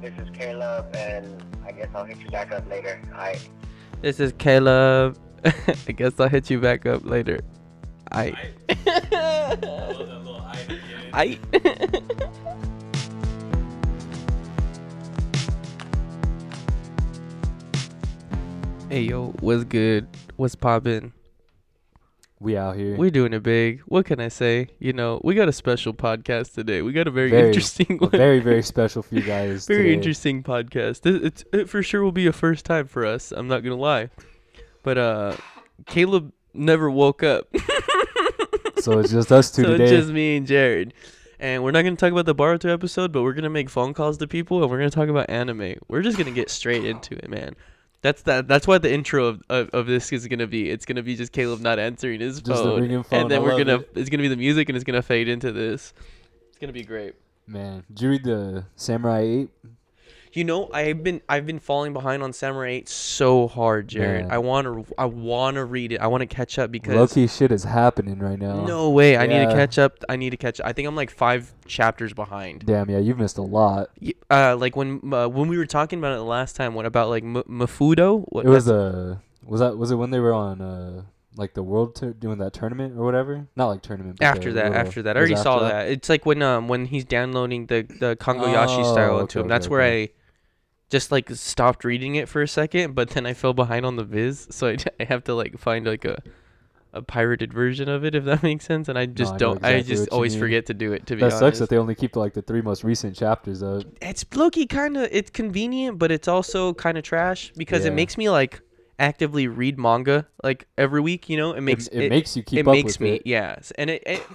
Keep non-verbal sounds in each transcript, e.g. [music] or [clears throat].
This is Caleb, and I guess I'll hit you back up later. Alright. This is Caleb. [laughs] I guess I'll hit you back up later. I. I love that little eye at the beginning. I. hey yo, what's good? What's poppin'? We out here. We're doing it big. What can I say? You know, we got a special podcast today. We got a very, Very, interesting A one. very, very special for you [laughs] guys. very today. interesting podcast. This, it's it for sure will be a first time for us. I'm not gonna lie, but uh, Caleb never woke [laughs] up, [laughs] So it's just us two so today. it's just me and Jared. And we're not gonna talk about the Boruto episode, but we're gonna make phone calls to people and we're gonna talk about anime. We're just gonna get straight into it, man. That's that. That's why the intro of, of, of this is gonna be. It's gonna be just Caleb not answering his Just the phone, ringing and phone, then I we're love gonna. it. It's gonna be the music, and it's gonna fade into this. It's gonna be great. Man, did you read the Samurai Eight? You know, I've been I've been falling behind on Samurai 8 so hard, Jared. Man. I want to I want to read it. I want to catch up because Lucky shit is happening right now. no way. I need to Yeah. catch up. I need to catch. I think I'm like five chapters behind. Damn, yeah, you missed a lot. Y- Uh, like when uh, when we were talking about it the last time, what about like M- Mafudo? What, It was that's- uh was that was it when they were on uh like the world tour doing that tournament or whatever? Not like tournament. but after the that. little- After that, I it was already after saw that. It's like when um when he's downloading the the Kongo Yashi style Oh, into him. okay, okay, That's where okay. I just like stopped reading it for a second, but then I fell behind on the viz, so I, [laughs] I have to like find like a a pirated version of it if that [laughs] makes sense. And I just I know don't. I exactly just what you always mean. forget to do it. To be That honest, sucks that they only keep like the three most recent chapters up. it's Loki kind of it's convenient, but it's also kind of trash because it Yeah. makes me like actively read manga like every week. You know, it makes it makes you keep it up makes with me it. yes, and it, it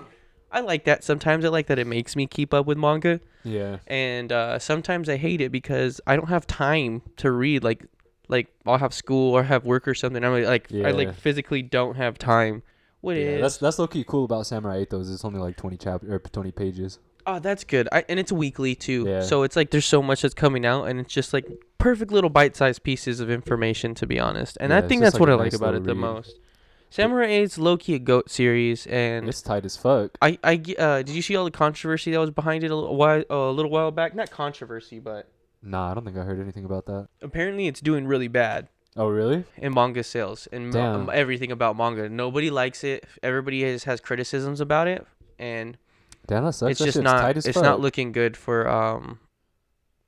I like that. Sometimes I like that it makes me keep up with manga, Yeah. and uh, sometimes I hate it because I don't have time to read like. Like I'll have school or have work or something. I'm like I Yeah. like physically don't have time. What is? Yeah, that's that's low key cool about Samurai Eight though. Is it's only like twenty chapter or twenty pages. Oh, that's good. I, and it's weekly too. Yeah. So it's like there's so much that's coming out, and it's just like perfect little bite-sized pieces of information, to be honest. And Yeah, I it's think just that's like what a I like nice about it the little read. most. Samurai 8's low-key a goat series, and It's tight as fuck. I, I ge- uh, did you see all the controversy that was behind it a little while, uh, a little while back? Not controversy, but Nah, I don't think I heard anything about that. apparently it's doing really bad Oh really? in manga sales and ma- Damn. um, everything about manga. Nobody likes it. Everybody has, has criticisms about it, and Damn, that sucks. it's that just shit's not tight as it's fuck. not looking good for um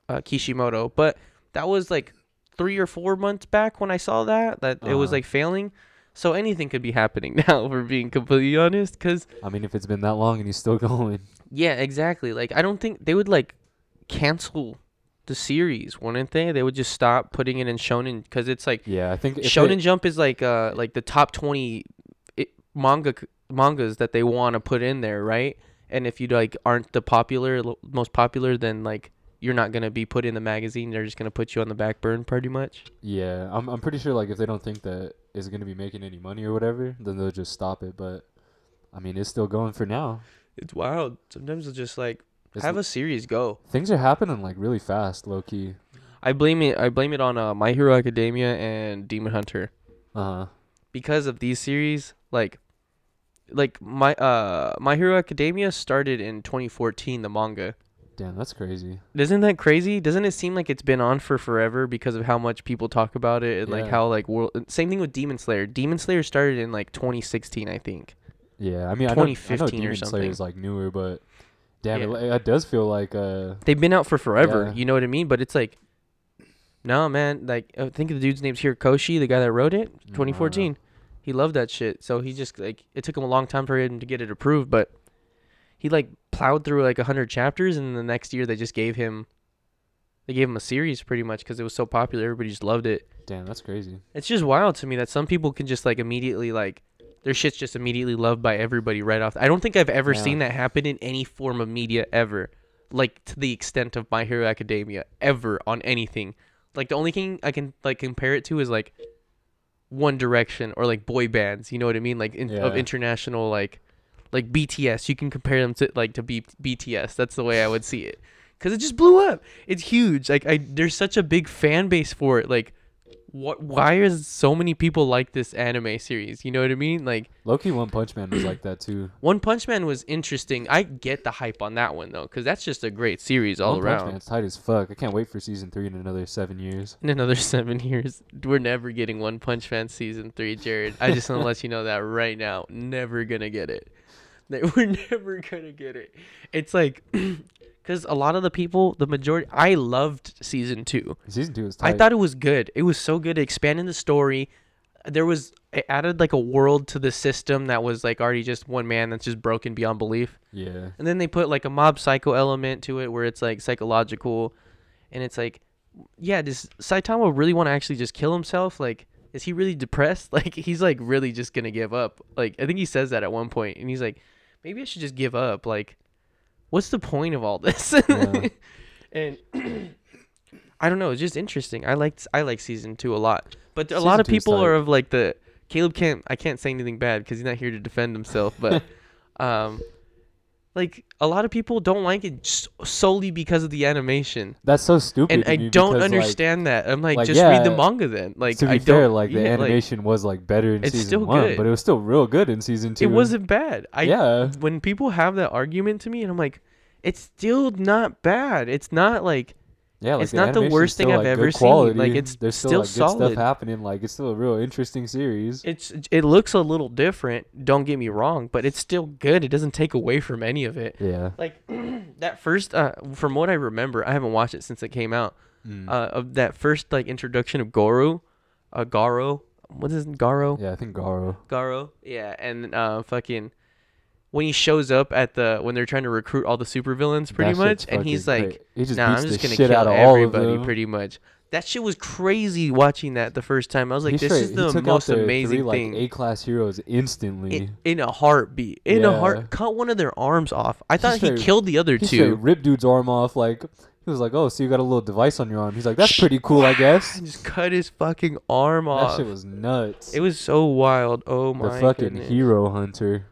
uh, Kishimoto. But that was like three or four months back when I saw that that it was Uh-huh. like failing. So anything could be happening [laughs] now, if we're being completely honest. Because I mean, if it's been that long and he's still [laughs] going, yeah, exactly. Like I don't think they would like cancel the series, wouldn't they? They would just stop putting it in Shonen because it's like yeah, I think if Shonen It, Jump is like uh like the top twenty it, manga c- mangas that they want to put in there, right? And if you like aren't the popular lo- most popular, then like you're not gonna be put in the magazine. They're just gonna put you on the back burn, pretty much. yeah, I'm I'm pretty sure like if they don't think that it's gonna be making any money or whatever, then they'll just stop it. But I mean, it's still going for now. It's wild. Sometimes it's just like It's have l- a series go. Things are happening like really fast, low key. I blame it. I blame it on uh, My Hero Academia and Demon Hunter Uh huh. because of these series. Like, like my uh My Hero Academia started in 2014. The manga. Damn, that's crazy. Isn't that crazy? Doesn't it seem like it's been on for forever because of how much people talk about it and like Yeah. how like world same thing with Demon Slayer. Demon Slayer started in like 2016, I think. Yeah, I mean, I know, I 2015 know or Demon something. Slayer is like newer, but damn, Yeah. it, it does feel like uh, They've been out for forever, Yeah. you know what I mean? But it's like No, man, like I think the dude's name's Hirokoshi, the guy that wrote it, 2014. He loved that shit. So he just like it took him a long time for him to get it approved, but he like plowed through like 100 chapters and the next year they just gave him they gave him a series pretty much cuz it was so popular, everybody just loved it. damn, that's crazy. It's just wild to me that some people can just like immediately like their shit's just immediately loved by everybody right off. I don't think I've ever Yeah. seen that happen in any form of media ever, like to the extent of My Hero Academia ever on anything. Like the only thing I can like compare it to is like One Direction or like boy bands. You know what I mean? Like in, of Yeah. international like like BTS. You can compare them to like to B- BTS. That's the way I would see it because it just blew up. It's huge. Like I, there's such a big fan base for it. Like what? Why is so many people like this anime series? You know what I mean? Like Loki One Punch Man was like that too. One Punch Man was interesting. I get the hype on that one though, because that's just a great series all One around. Punch Man's tight as fuck. I can't wait for season three in another seven years. In another [laughs] seven years, we're never getting One Punch Man season three, Jared. I just want to let you know that right now. Never gonna get it. [laughs] That We're never gonna get it. It's like, [clears throat] because a lot of the people, the majority, I loved season two. Season two is tight. I thought it was good. It was so good. It expanded the story. There was it added like a world to the system that was like already just one man that's just broken beyond belief. yeah. And then they put like a mob psycho element to it where it's like psychological and it's like yeah, does Saitama really want to actually just kill himself? Like is he really depressed? [laughs] Like he's like really just going to give up. Like I think he says that at one point and he's like maybe I should just give up. Like what's the point of all this? [laughs] Yeah. and [clears throat] I don't know, it's just interesting. I liked I like season 2 a lot. But a lot Season of two is people tight. are of like the Caleb can't I can't say anything bad cuz he's not here to defend himself, [laughs] but um like a lot of people don't like it s- solely because of the animation That's so stupid. and to i me don't because, like, understand that i'm like, like, just read the yeah, manga then like to be i don't fair, like the yeah, animation was like better in it's season still one, good. but it was still real good in season two. it wasn't bad i Yeah. when people have that argument to me and i'm like it's still not bad it's not like Yeah, like It's not the animation's worst thing still, I've like, ever good seen. Like, quality. it's There's still, still like, Good solid. stuff happening. Like it's still a real interesting series. it's it looks a little different don't get me wrong but it's still good it doesn't take away from any of it yeah. like [clears throat] that first uh from what i remember i haven't watched it since it came out Mm. uh of that first like introduction of goru uh garo what's his garo Yeah, I think Garo. garo yeah and uh fucking when he shows up at the when they're trying to recruit all the supervillains pretty That much shit's and he's fucking like great. he just nah i'm beats just the gonna shit kill out of all of everybody them. pretty much that shit was crazy watching that the first time i was like He this is straight- the he took out most their amazing three, like, thing A class heroes instantly. in, in a heartbeat in a Yeah. heart cut one of their arms off i thought he straight- killed the other he two straight ripped dude's arm off. Like he was like, "Oh, so you got a little device on your arm?" He's like, "That's pretty cool, I guess." [laughs] and just cut his fucking arm That off. shit was nuts. it was so wild. Oh the my fucking goodness. hero hunter.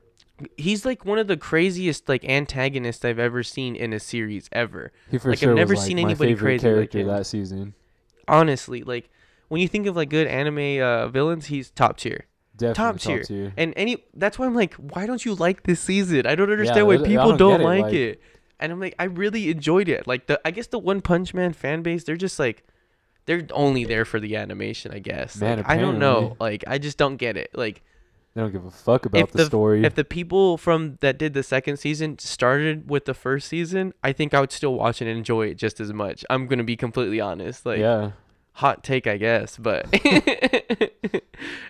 He's like one of the craziest like antagonists I've ever seen in a series ever. He for Like, I've sure never was like seen my anybody favorite crazy like character him. that season. Honestly, like when you think of like good anime uh, villains, he's top tier. Definitely Top tier. And any that's why I'm like, why don't you like this season? I don't understand why I don't- I people don't don't, get it, like, like- it. And I'm like, I really enjoyed it. Like the I guess the One Punch Man fan base, they're just like they're only there for the animation, I guess. Man, Like, I don't know. apparently. Like I just don't get it. Like They don't give a fuck about the, story. If the people from that did the second season started with the first season, I think I would still watch it and enjoy it just as much. I'm gonna be completely honest. Like yeah. hot take, I guess, but [laughs]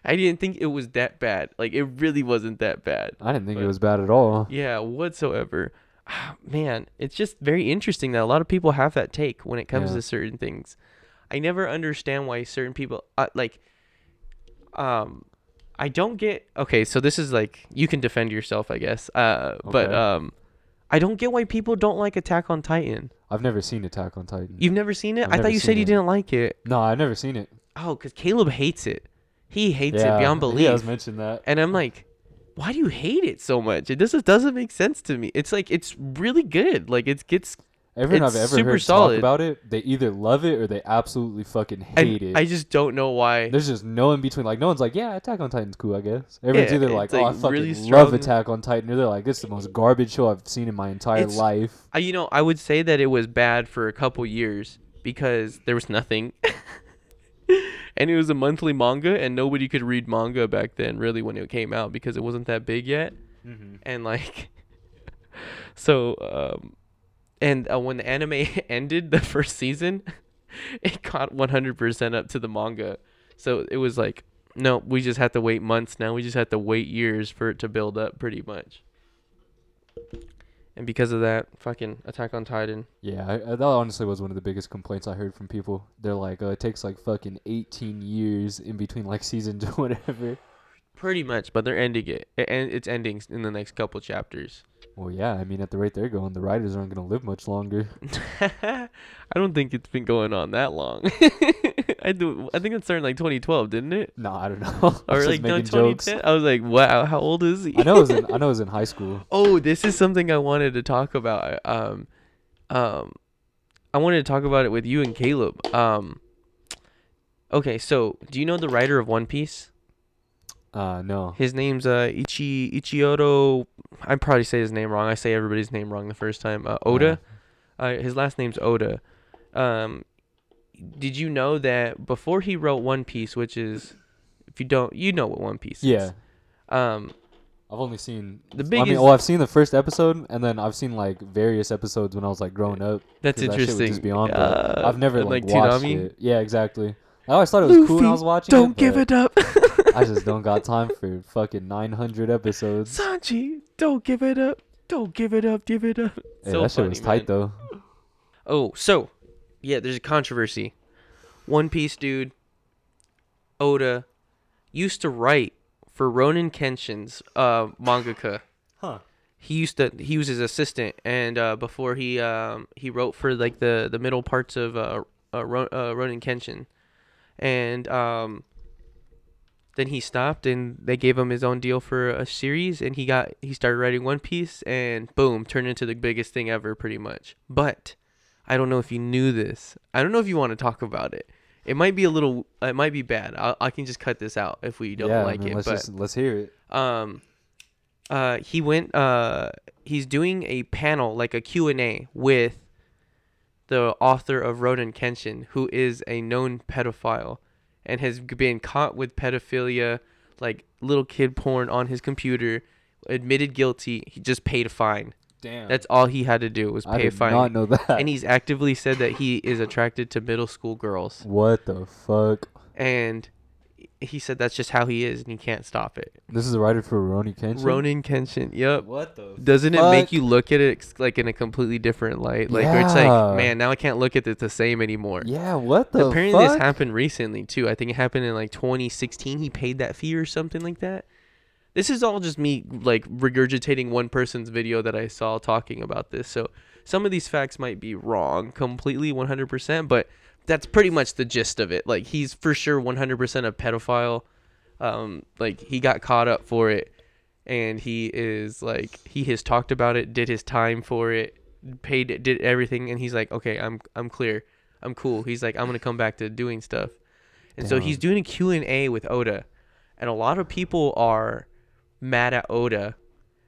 I didn't think it was that bad. Like it really wasn't that bad. I didn't think it but- was bad at all. Yeah, whatsoever. Ah, Man, it's just very interesting that a lot of people have that take when it comes Yeah. to certain things. I never understand why certain people uh, like um I don't get okay, so this is like you can defend yourself, I guess. Uh but Okay. um I don't get why people don't like Attack on Titan. I've never seen Attack on Titan. You've never seen it? I've I thought never you said seen you it. didn't like it. no, I've never seen it. Oh, cuz Caleb hates it. He hates yeah, it beyond He belief. has mentioned that. And I'm like, why do you hate it so much? It just doesn't make sense to me. It's like it's really good. Like it gets Everyone it's I've ever super heard solid. talk about it, they either love it or they absolutely fucking and hate it. I just don't know why. There's just no in between. Like no one's like, yeah, Attack on Titan's cool, I guess. Everyone's Yeah, either it's, like, like, oh, I fucking really love strong- Attack on Titan, or they're like, this is the most garbage show I've seen in my entire It's- life. I, you know, I would say that it was bad for a couple years because there was nothing. [laughs] and it was a monthly manga and nobody could read manga back then really when it came out because it wasn't that big yet. And like [laughs] so um and uh, when the anime [laughs] ended the first season, [laughs] it caught 100% up to the manga. So it was like no, we just have to wait months now. We just have to wait years for it to build up pretty much. And because of that, fucking Attack on Titan. Yeah, I, I- that honestly was one of the biggest complaints I heard from people. They're like, oh, it takes like fucking 18 years in between like [laughs] seasons or whatever. Pretty much, but they're ending it. it and it's ending in the next couple chapters. [laughs] Well, yeah, I mean, at the rate they're going, the writers aren't gonna live much longer. [laughs] I don't think it's been going on that long. [laughs] I do. I think it started in, like 2012, didn't it? No, I don't know. Or I'm [laughs] just like no making jokes. 2010. I was like, wow, how old is he? I know it was in, I know it was in high school. [laughs] Oh, this is something I wanted to talk about. Um, um, I wanted to talk about it with you and Caleb. Um, Okay, so do you know the writer of One Piece? Uh, no. His name's uh Ichi Ichioro. I probably say his name wrong. I say everybody's name wrong the first time. Uh, Oda. Uh, his last name's Oda. Um, did you know that before he wrote One Piece, which is, if you don't, you know what One Piece Yeah. is. Yeah. Um, I've only seen The I mean, biggest- well, I've seen the first episode, and then I've seen like various episodes when I was like growing up. that's 'cause that shit was interesting. just beyond, but Uh, I've never and, like, watched Toonami? it. Yeah, exactly. I always thought it was cool when I was watching don't it. give but it up. [laughs] I just don't got time for fucking 900 episodes. Sanji, don't give it up. Don't give it up. Give it up. Hey, that shit was tight though. Oh, so yeah, there's a controversy. One Piece dude, Oda, used to write for Ronin Kenshin's uh, mangaka. Huh. He used to he was his assistant, and uh, before he um, he wrote for like the the middle parts of uh, uh, Ro- uh, Ronin Kenshin, and um, then he stopped, and they gave him his own deal for a series, and he got he started writing One Piece, and boom, turned into the biggest thing ever, pretty much. But I don't know if you knew this. I don't know if you want to talk about it. It might be a little. It might be bad. I, I can just cut this out if we don't yeah, I like mean, it. Let's but just let's hear it. um, uh, he went. Uh, he's doing a panel like a Q and A with the author of Ronan Kenshin, who is a known pedophile, and has been caught with pedophilia, like little kid porn on his computer. Admitted guilty. He just paid a fine. Damn. That's all he had to do was pay Oh. I a did fine not know [laughs] that. and he's actively said that he is attracted to middle school girls what the fuck? and he said that's just how he is and he can't stop it This is a writer for Roni Kenshin. ronin kenshin yep What the? doesn't it make Fuck. you look at it ex- like in a completely different light like where it's Yeah. like man now i can't look at it the same anymore Yeah. What the apparently fuck? this happened recently too i think it happened in like 2016 he paid that fee or something like that this is all just me like regurgitating one person's video that i saw talking about this so some of these facts might be wrong completely 100% but that's pretty much the gist of it like he's for sure 100% a pedophile um like he got caught up for it and he is like he has talked about it did his time for it paid it, did everything and he's like okay i'm i'm clear i'm cool he's like i'm gonna come back to doing stuff and so he's doing a q&a with oda and a lot of people are mad at oda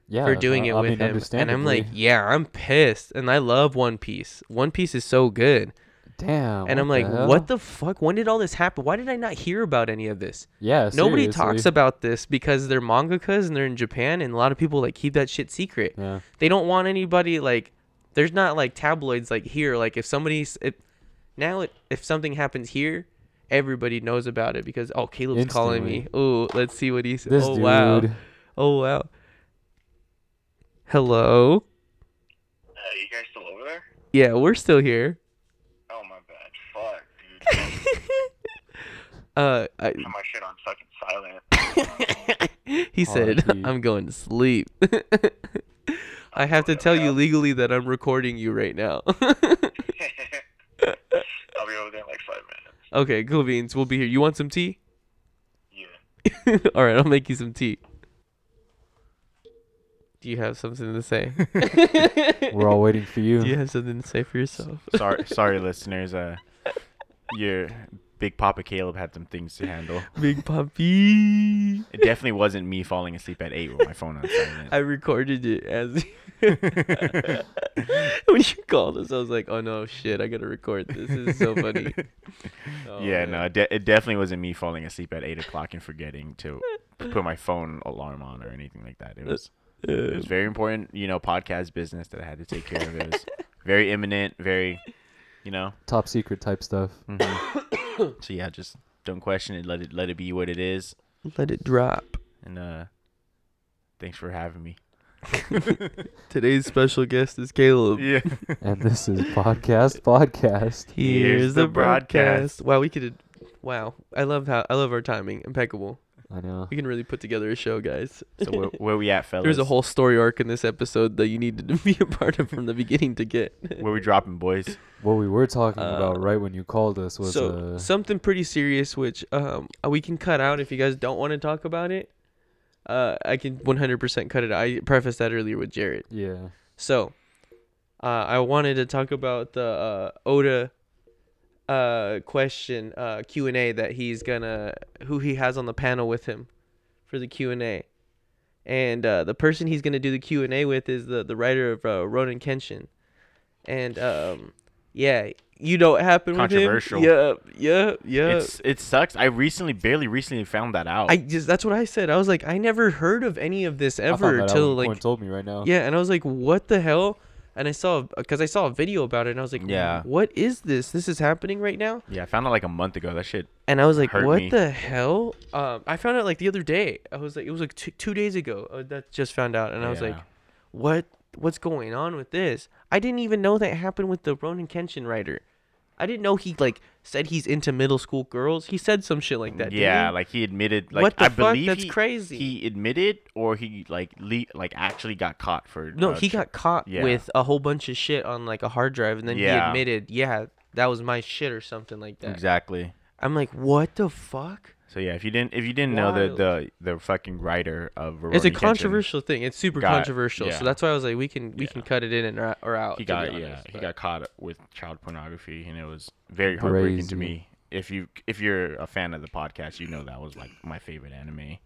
yeah, for doing I- it I with mean, him and i'm like understandably. yeah i'm pissed and i love one piece one piece is so good damn. and i'm what like the hell? what the fuck when did all this happen why did i not hear about any of this Yeah. Nobody seriously. talks about this because they're mangakas and they're in Japan, and a lot of people like keep that shit secret. Yeah. They don't want anybody like. There's not like tabloids like here. Like if somebody's if, now it, if something happens here, everybody knows about it because oh Caleb's calling me. Oh, let's see what he said. This oh dude. wow. Oh wow. Hello. Uh, you guys still over there? Yeah, we're still here. Oh my bad. Fuck, dude. [laughs] Uh, I, Put my shit on fucking silent. [laughs] [laughs] he said, R.I.P.. "I'm going to sleep." [laughs] I have to tell you legally that I'm recording you right now. [laughs] I'll be over there in like five minutes. okay, cool beans. We'll be here. You want some tea? [laughs] Yeah. All right, I'll make you some tea. Do you have something to say? We're all waiting for you. [laughs] Do you have something to say for yourself? sorry, sorry, listeners. Uh, your Big Papa Caleb had some things to handle. Big puppy. It definitely wasn't me falling asleep at eight with my phone on silent. I recorded it as [laughs] when you called us. I was like, "Oh no, shit! I gotta record this. This is so funny." Oh, yeah, man. no, it, de- it definitely wasn't me falling asleep at eight o'clock and forgetting to put my phone alarm on or anything like that. It was it was very important, you know, podcast business that I had to take care of. It was very imminent, very, you know. Top secret type stuff. mhm. so yeah, just don't question it. Let it let it be what it is. Let it drop. And uh, thanks for having me. [laughs] Today's special guest is Caleb. Yeah. and this is podcast podcast. [laughs] Here's, Here's the the broadcast. broadcast. Wow, we could. Wow, I love how I love our timing. Impeccable. I know. We can really put together a show, guys. So where, where we at, fellas? There's a whole story arc in this episode that you needed to [laughs] be a part of from the beginning to get. where we dropping, [laughs] boys. What we were talking Uh, about right when you called us was so uh, something pretty serious, which um we can cut out if you guys don't want to talk about it. Uh, I can 100% cut it. out. I prefaced that earlier with Jared. yeah. So, uh, I wanted to talk about the uh, Oda uh, question uh, Q and A that he's gonna who he has on the panel with him for the Q and A, and uh, the person he's gonna do the Q and A with is the the writer of uh, Ronan Kenshin, and um, yeah, you know what happened Controversial. with him. Yeah, yeah, yeah. It's it sucks. I recently, barely recently found that out. I just that's what I said. I was like, I never heard of any of this I found ever that out till when like Coin told me right Oh. now. yeah, and I was like, what the hell? And I saw because I saw a video about it, and I was like, Yeah. what is this? This is happening right now. yeah, I found it like a month ago. That shit. And I was like, Hurt what me. the hell? Um, I found out like the other day. I was like, it was like two, two days ago uh, that just found out, and I was like, Yeah. what? What's going on with this? I didn't even know that happened with the Ronan Kenshin writer. I didn't know he like said he's into middle school girls. He said some shit like that. didn't yeah, he? like he admitted. Like What the I fuck? believe That's he- crazy. He admitted, or he like le- like actually got caught for. No, uh, he tr- got caught yeah. with a whole bunch of shit on like a hard drive, and then he Yeah. admitted, yeah, that was my shit or something like that. exactly. I'm like, what the fuck? So yeah, if you didn't, if you didn't know Wild. the the the fucking writer of Rurouni it's a Kenshin, controversial thing. It's super Got- controversial. yeah. So that's why I was like, we can we can cut it in and or, or out. He to be got yeah, honest, he but- got caught with child pornography, and it was very heartbreaking Crazy. to me. If you if you're a fan of the podcast, you know that was like my favorite anime.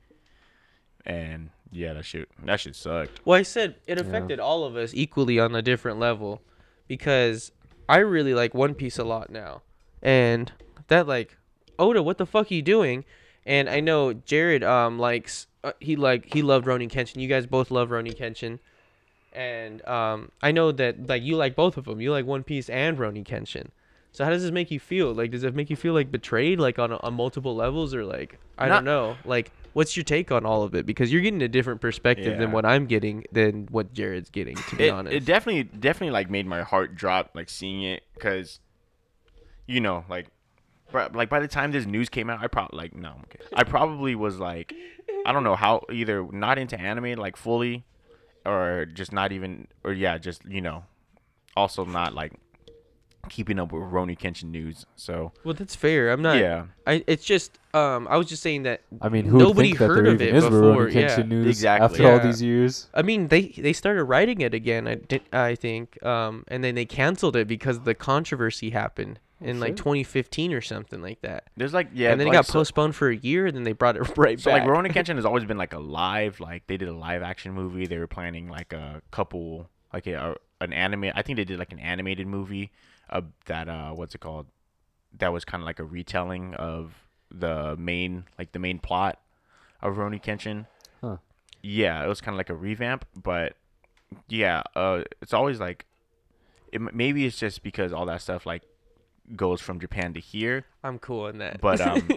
And yeah, that shit that shit sucked. Well, I said it affected all of us equally on a different level, because I really like One Piece a lot now, and that like, Oda, what the fuck are you doing? And I know Jared um likes uh, he like he loved Ronin Kenshin. You guys both love Ronin Kenshin, and um I know that like you like both of them. You like One Piece and Ronin Kenshin. So how does this make you feel? Like, does it make you feel like betrayed, like on, on multiple levels, or like I Not- don't know? Like, what's your take on all of it? Because you're getting a different perspective than Yeah. what I'm getting than what Jared's getting. To be It, honest, it definitely definitely like made my heart drop like seeing it because, you know, like, br- like by the time this news came out, I probably like no, I'm okay. I probably was like, I don't know how either not into anime like fully, or just not even or yeah, just you know, also not like keeping up with Roni Kenshin news. So well, that's fair. I'm not. yeah, I, it's just um I was just saying that. I mean, who would Nobody think that heard there of even it is Rurouni before, yeah. Kenshin news Exactly. after all Yeah. [laughs] these years? I mean, they they started writing it again. I did, I think, um, and then they canceled it because the controversy happened in like shit. 2015 or something like that. there's like Oh, yeah, and then like, it got so- postponed for a year, and then they brought it right [laughs] So back. like [laughs] Ronan Kenshin has always been like a live, like they did a live action movie. They were planning like a couple, like a, an anime. I think they did like an animated movie of that. Uh, what's it called? That was kind of like a retelling of the main, like the main plot of Ronan Kenshin. Huh. Yeah, it was kind of like a revamp, but yeah, uh, it's always like, it, m- maybe it's just because all that stuff like goes from Japan to here, I'm cool on that. [laughs] but um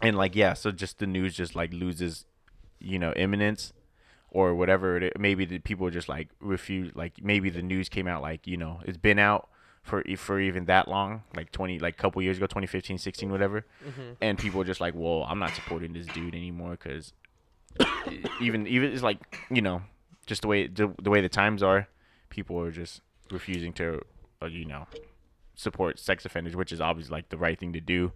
and like yeah so just the news just like loses you know imminence or whatever it is. maybe the people just like refuse like maybe the news came out like you know it's been out for e- for even that long like 20 like couple years ago 2015 16 whatever Mm-hmm. and people are just like well i'm not supporting this dude anymore because [coughs] even even it's like you know just the way the, the way the times are people are just refusing to uh, you know support sex offenders which is obviously like the right thing to do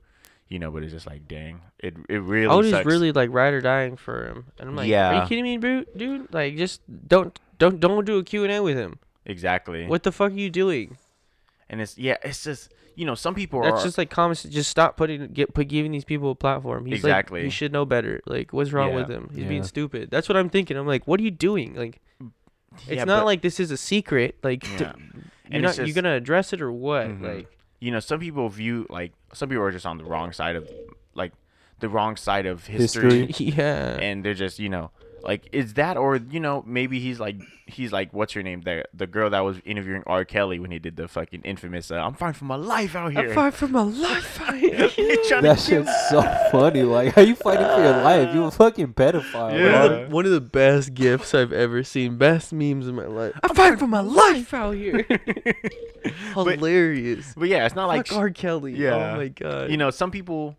you know but it's just like dang it it really I was just sucks. really like ride or dying for him, and I'm like, are Yeah. you kidding me, bru- dude? Like, just don't, don't, don't do a Q and A with him. exactly What the fuck are you doing? and it's yeah it's just you know some people That's are just like common. sense. Just stop putting, get, put giving these people a platform. He's Exactly. Like, he should know better. Like, what's wrong with Yeah. him? He's Yeah. being stupid. That's what I'm thinking. I'm like, what are you doing? Like, it's yeah, not but- like this is a secret. Like, d- yeah. you're And not, it's you're just- gonna address it or what? Mhm. Like, [laughs] you know some people view like some people are just on the wrong side of like the wrong side of History. history. yeah. and they're just you know like is that or you know maybe he's like he's like what's her name the the girl that was interviewing R Kelly when he did the fucking infamous uh, I'm fine for my life out here. I'm far from my life. [laughs] He That tryna kill- shit's so funny. Like, how you fighting for your [laughs] life? You a fucking pedophile. Yeah. dog. One of, one of the best gifts I've ever seen. Best memes in my life. I'm fighting for my life out here. [laughs] Hilarious. But yeah, it's not like Fuck R. Kelly. yeah. Oh my god. you know some people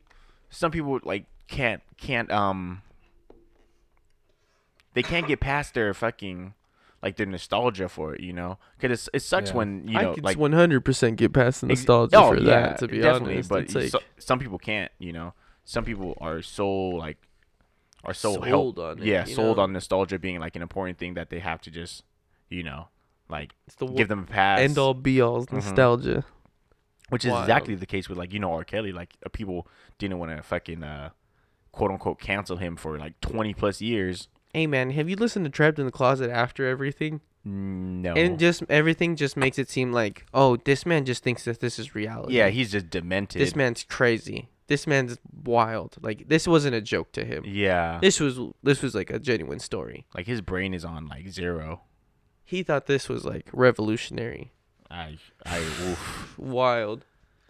some people like can't can't um they can't get past their fucking like their nostalgia for it, you know? Cuz it sucks Yeah. when you know I could like 100% get past the Ex- nostalgia oh, for yeah, that. To be definitely, honest, but it's like so- some people can't. You know, some people are so like are so Sold held- on it, Yeah, you sold know? on nostalgia being like an important thing that they have to just, you know, like it's the give them a pass. end all be all nostalgia. which is Wild. exactly the case with like you know R. Kelly. Like uh, people didn't want to fucking uh, quote unquote cancel him for like twenty plus years. Hey man, have you listened to Trapped in the Closet after everything? No. And just everything just makes it seem like, oh, this man just thinks that this is reality. yeah, he's just demented. this man's crazy. This man's wild. Like this wasn't a joke to him. yeah, This was this was like a genuine story. like his brain is on like zero. He thought this was like revolutionary. I, I, oof. Wild. [laughs]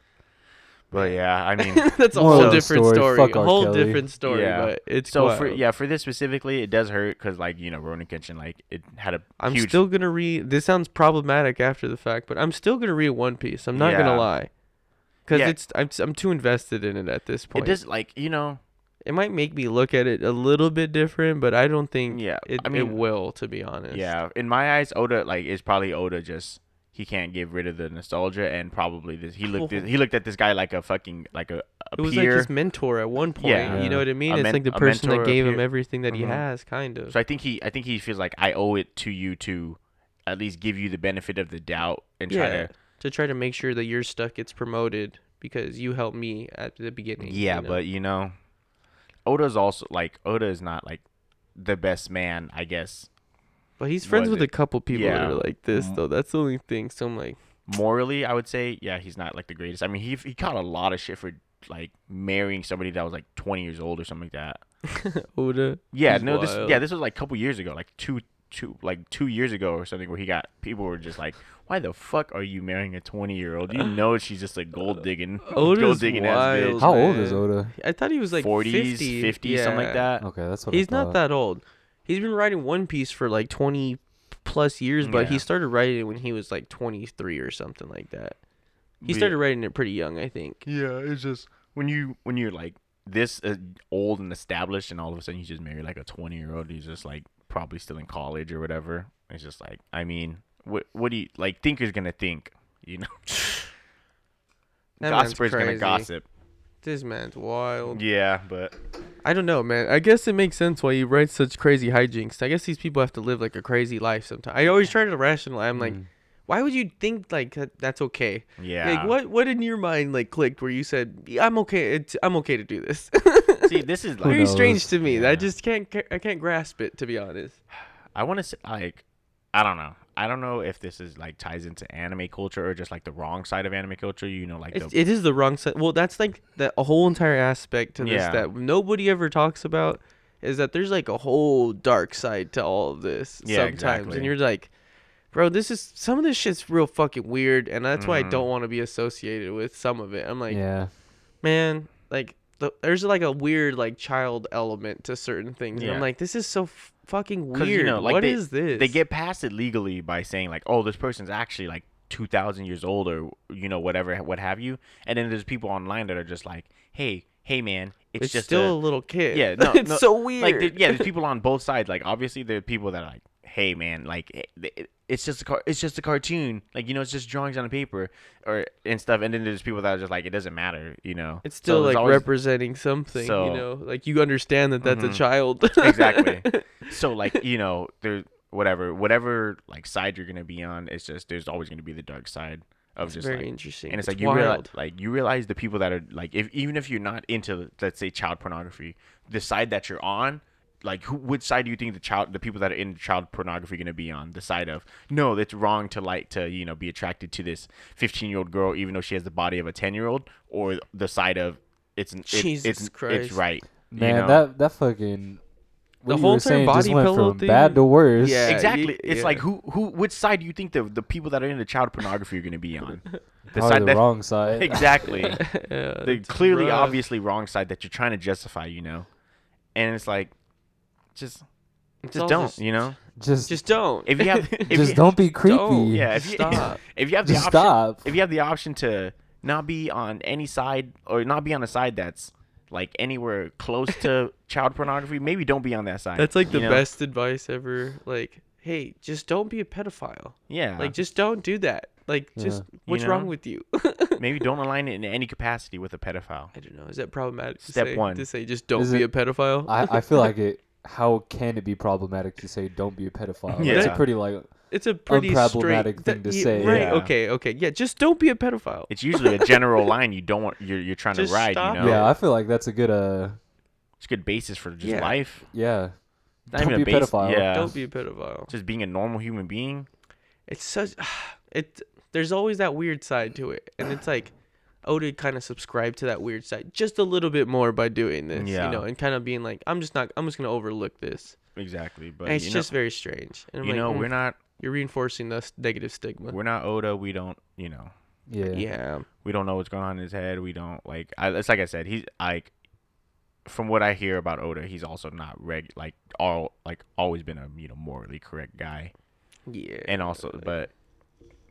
but yeah, I mean, That's a Moral whole of the different story, story. fuck A R. whole Kelly. different story, Yeah. but it's so wild. for yeah, for this specifically, it does hurt because like you know, Ronan Kitchen, like it had a I'm huge. still gonna read. This sounds problematic after the fact, but I'm still gonna read One Piece. I'm not Yeah. gonna lie, because Yeah. it's I'm, I'm too invested in it at this it point. It, does like you know, might make me look at it a little bit different, but I don't think Yeah, it, I it mean- will. To be honest, yeah. In my eyes, Oda like is probably Oda just. He can't get rid of the nostalgia, and probably this. He [laughs] looked. Well- he looked at this guy like a fucking like a, a it was peer. like his mentor at one point. Yeah. You know what I mean? A it's men- like the a person mentor that gave him appear- everything that he Mhm. has, kind of. So I think he I think he feels like I owe it to you to at least give you the benefit of the doubt and try yeah, to to try to make sure that your stuff gets promoted because you helped me at the beginning. you Yeah, know? but you know Oda's also like Oda is not like the best man, I guess. but he's friends was with it- a couple people that yeah. are like this Mm. though. That's the only thing. So I'm like. Morally, I would say, yeah, he's not like the greatest. I mean, he he caught a lot of shit for like marrying somebody that was like 20 years old or something like that. Oda. Yeah, He's no, wild. this yeah, this was like a couple years ago, like two two like two years ago or something, where he got people were just like, "Why the fuck are you marrying a 20 year old? You [laughs] know she's just a gold digging, Oda's gold digging ass bitch." wild. How old is man. Oda? I thought he was like 40s, 50, 50, something like that. Okay, that's what I He's not thought. that old. He's been writing One Piece for like 20 plus years, but he Yeah. started writing it when he was like 23 or something like that. He Yeah. started writing it pretty young, I think. [sighs] Yeah, it's just when you when you're like this uh, old and established, and all of a sudden you just marry like a 20 year old who's just like probably still in college or whatever. It's just like, I mean, what what do you like? Thinker's gonna think, you know. That man's Gossiper's gonna crazy. gossip. This man's wild. Yeah, but I don't know, man. I guess it makes sense why he writes such crazy hijinks. I guess these people have to live like a crazy life sometimes. I always try to rationalize. I'm like, Mm. why would you think like that- that's okay? yeah. Like what what in your mind like clicked where you said "Yeah, I'm okay it's, I'm okay to do this. [laughs] See, this is like Very knows? strange to me. I Yeah. just can't ca- I can't grasp it to be honest. I want to say like I don't know. I don't know if this is like ties into anime culture or just like the wrong side of anime culture. You know, like It's, the it is the wrong side. Well, that's like the a whole entire aspect to this Yeah. that nobody ever talks about is that there's like a whole dark side to all of this Yeah, sometimes exactly. and you're like Bro, this is some of this shit's real fucking weird, and that's why I Mhm. don't want to be associated with some of it. I'm like, yeah. man, like the, there's like a weird like child element to certain things. And I'm Yeah. like, this is so f- fucking 'Cause, weird. you know, like, What they- is this? they get past it legally by saying like, oh, this person's actually like two thousand years old or you know whatever, what have you. And then there's people online that are just like, hey, hey, man, it's, it's, just still a, a, little kid. [laughs] yeah, no, it's no, so weird. like there- [laughs] yeah, there's people on both sides. Like obviously there are people that are like, hey, man, like it, it- it's just a car, it's just a cartoon. Like you know, it's just drawings on a paper or and stuff. And then there's people that are just like, it doesn't matter, you know. it's So still there's like always- representing something, you So- know. Like you understand that that's a Mhm. child. [laughs] exactly. So like you know, there whatever whatever like side you're gonna be on, it's just there's always gonna be the dark side of It's just very like, interesting. and it's, like you wild. realize like you realize the people that are like if even if you're not into let's say child pornography, the side that you're on. Like, who, which side do you think the child, the people that are in child pornography, going to be on? The side of no, it's wrong to like to you know be attracted to this 15 year old girl, even though she has the body of a 10 year old, or the side of it's it, Jesus it's Christ. it's right. you Man, know? that that fucking what The you whole were entire saying just body went pillow from bad thing- to worse. Yeah. Exactly. you- it's yeah. like who who which side do you think the the people that are into child pornography are going to [laughs] be on? The Probably side the that wrong side. [laughs] exactly Yeah, the it's clearly rough. obviously wrong side that you're trying to justify, you know. And it's like just It's just all don't, you know. [laughs] Just Just don't. If [laughs] you have if [laughs] just you, don't be creepy. don't. yeah, if you, [laughs] Stop. if you have the Just option stop. if you have the option to not be on any side or not be on a side that's like anywhere close [laughs] to child pornography, maybe don't be on that side. that's like the you know? best advice ever. Like, hey, just don't be a pedophile. Yeah. Like, just don't do that. Like, just what's know? wrong with you? [laughs] maybe don't align it in any capacity with a pedophile. I don't know. Is that problematic? To Step say, one. to say just don't Is be it- a pedophile. I, I feel like it. How can it be problematic to say don't be a pedophile? That's Yeah. a pretty like [laughs] it's a pretty straight Unproblematic thing to yeah, say, Right? yeah. Okay. Okay. Yeah. Just don't be a pedophile. It's usually a general [laughs] line you don't want you're you're trying Just to ride. stop You know, it. Yeah, I feel like that's a good uh it's a good basis for just Yeah. life. yeah. Not Don't even be a base- pedophile. Yeah, Don't be a pedophile. just being a normal human being. It's such. [sighs] It. There's always that weird side to it, and it's like, I would kind of subscribe to that weird side just a little bit more by doing this, Yeah. you know, and kind of being like, I'm just not. I'm just gonna overlook this. Exactly, but And it's you just know, very strange. And I'm you like, know "Mm, we're not You're reinforcing this negative stigma. we're not Oda. We don't you know Yeah. yeah. we don't know what's going on in his head. We don't like. I, it's like I said. He's like, from what I hear about Oda, he's also not reg like all like always been a you know morally correct guy, Yeah. and also but,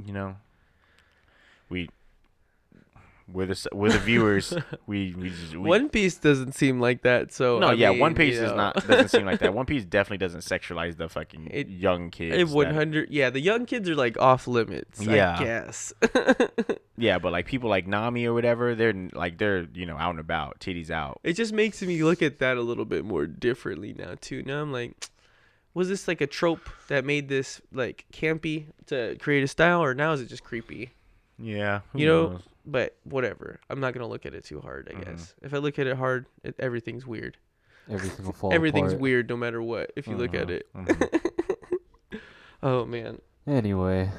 you know, we we're the s- we're the [laughs] viewers. we we just we, One Piece doesn't seem like that. So no I yeah One mean, Piece you is know. [laughs] not doesn't seem like that. One Piece definitely doesn't sexualize the fucking It- young kids. It that- 100 yeah the young kids are like off limits Yeah. i guess [laughs] yeah, but like people like Nami or whatever, they're like they're you know out and about, titties out. it just makes me look at that a little bit more differently now too now i'm like was this like a trope that made this like campy to create a style or now is it just creepy Yeah, who you know knows? but whatever i'm not gonna look at it too hard i guess if i look at it hard it, everything's weird Everything will fall everything's apart. weird no matter what if you look at Mhm, it mhm. [laughs] oh man Anyway.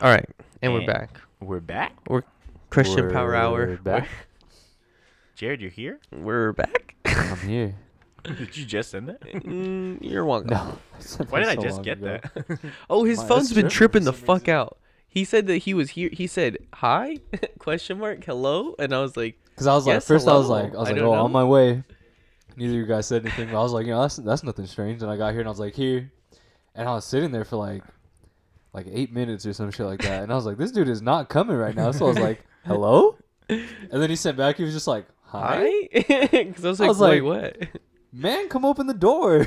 all right and we're And- back We're back. christian power hour we're [laughs] Back. Jared, [laughs] you're here? we're back I'm here. Did you just send that? Mm, you're welcome No. [laughs] I said Why that did I so just long get ago. that? [laughs] Oh, his My- that's phone's been true. tripping For the some fuck reason. out. He said that he was here. He said hi, [laughs] question mark, hello, and I was like, Because I was like, Yes, first I was hello. like, I was I like, don't oh, know. on my way. Neither of you guys said anything, but I was like, you know, that's that's nothing strange. And I got here and I was like, here, and I was sitting there for like, like eight minutes or some shit like that. And I was like, this dude is not coming right now. So I was like, hello. And then he sent back. He was just like, hi, hi, [laughs] because I was like, was wait, like, what? [laughs] man, come open the door.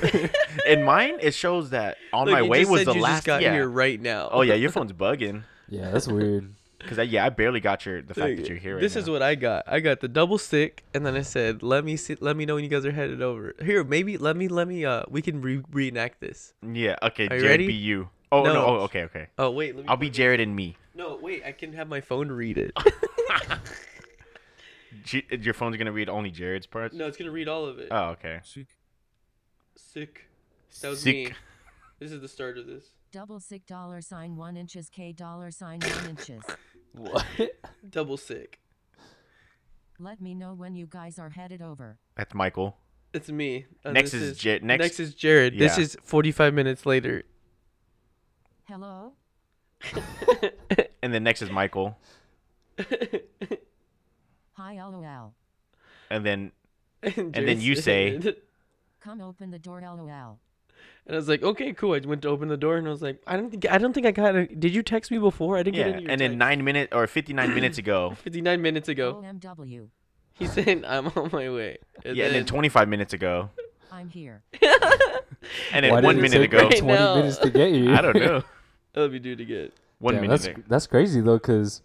In mine, it shows that on Look, my it way just was said the you last. Just got yeah. here right now. Oh [laughs] yeah, your phone's bugging. yeah, that's weird. Cause I, yeah, I barely got your the fact Like, that you're here. Right this is what I got. I got the double stick, and then I said, "Let me see. Let me know when you guys are headed over here. Maybe let me let me uh we can re- reenact this. what. Yeah. Okay. Are you Jared, ready? be you. Oh no. No. Oh, okay. Okay. Oh wait, let me, I'll be Jared and me. no wait. I can have my phone read [laughs] it. J- your phone's gonna read only Jared's parts. no, it's gonna read all of it. Oh, okay. Sick. That was Sick. me. This is the start of this. double sick dollar sign one inches k dollar sign one inches What? Double sick. let me know when you guys are headed over That's Michael. It's me. and Next this is Ja- next- is Jared. This yeah. is 45 minutes later. [laughs] hello And then next is Michael. hi lol [laughs] And then and then you say- and come open the door lol I was like, okay, cool. I went to open the door, and I was like, I don't think, I don't think I got. A, did you text me before? I didn't yeah. get any. And then nine minutes or fifty nine [laughs] minutes ago. 59 minutes ago, Oh. omw he said, "I'm on my way." Yeah. And then twenty five minutes ago. i'm here And then Why one did minute it take me ago. Right Twenty now. minutes to get you. [laughs] I [laughs] don't know. let me do it again. One Damn, minute. that's ago. that's crazy though, cause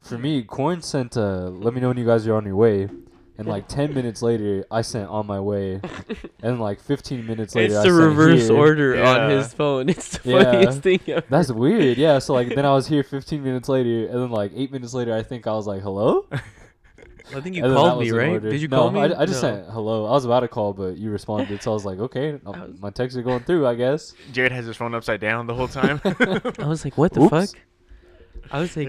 for me, Corn sent uh let me know when you guys are on your way, and like [laughs] ten minutes later, I sent on my way, and like fifteen minutes later, it's I the sent reverse here. order on Yeah. his phone. It's the Yeah. funniest thing ever. That's weird, yeah. So like then I was here fifteen minutes later, and then like eight minutes later, I think I was like hello. I think you And then that called was me, in right? order. Did you No, call me? I, I just No. sent hello. I was about to call, but you responded, so I was [laughs] like, okay, uh, my texts are going through, I guess. Jared has his phone upside down the [laughs] whole time. [laughs] I was like, what the Oops. fuck? I was like,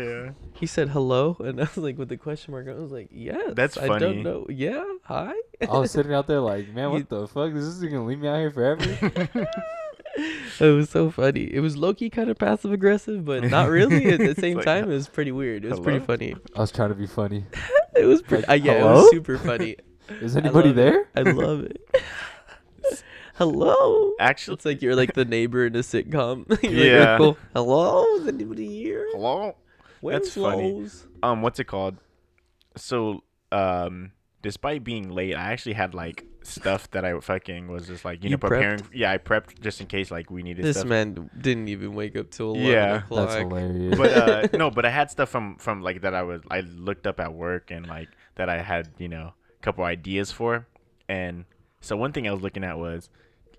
he said hello, and I was like, with the question mark, I was like, yes. That's I funny. don't know. Yeah, hi. I was sitting out there like, man, [laughs] You- what the fuck? Is this gonna leave me out [laughs] here forever? [laughs] It was so funny. It was low key kind of passive aggressive, [laughs] but not really at the It's same like, time. It was pretty weird. It was pretty "Hello?" funny. I was trying to be funny. It was pretty. Like, uh, yeah, it was "Hello?" super funny. Is I [laughs] anybody love it. there? I love it. [laughs] hello. Actually, It's like you're like the neighbor in a sitcom. [laughs] You're like, Yeah. "Uncle, hello. Is anybody here? hello. Where's funny. Lowe's? Um, what's it called? So, um, despite being late, I actually had like stuff that I fucking was just like you, You know preparing. Yeah, I prepped just in case like we needed This stuff. man didn't even wake up till eleven Yeah. That's o'clock. That's [laughs] hilarious. But uh, no, but I had stuff from from like that I was I looked up at work and like that I had you know a couple ideas for, and so one thing I was looking at was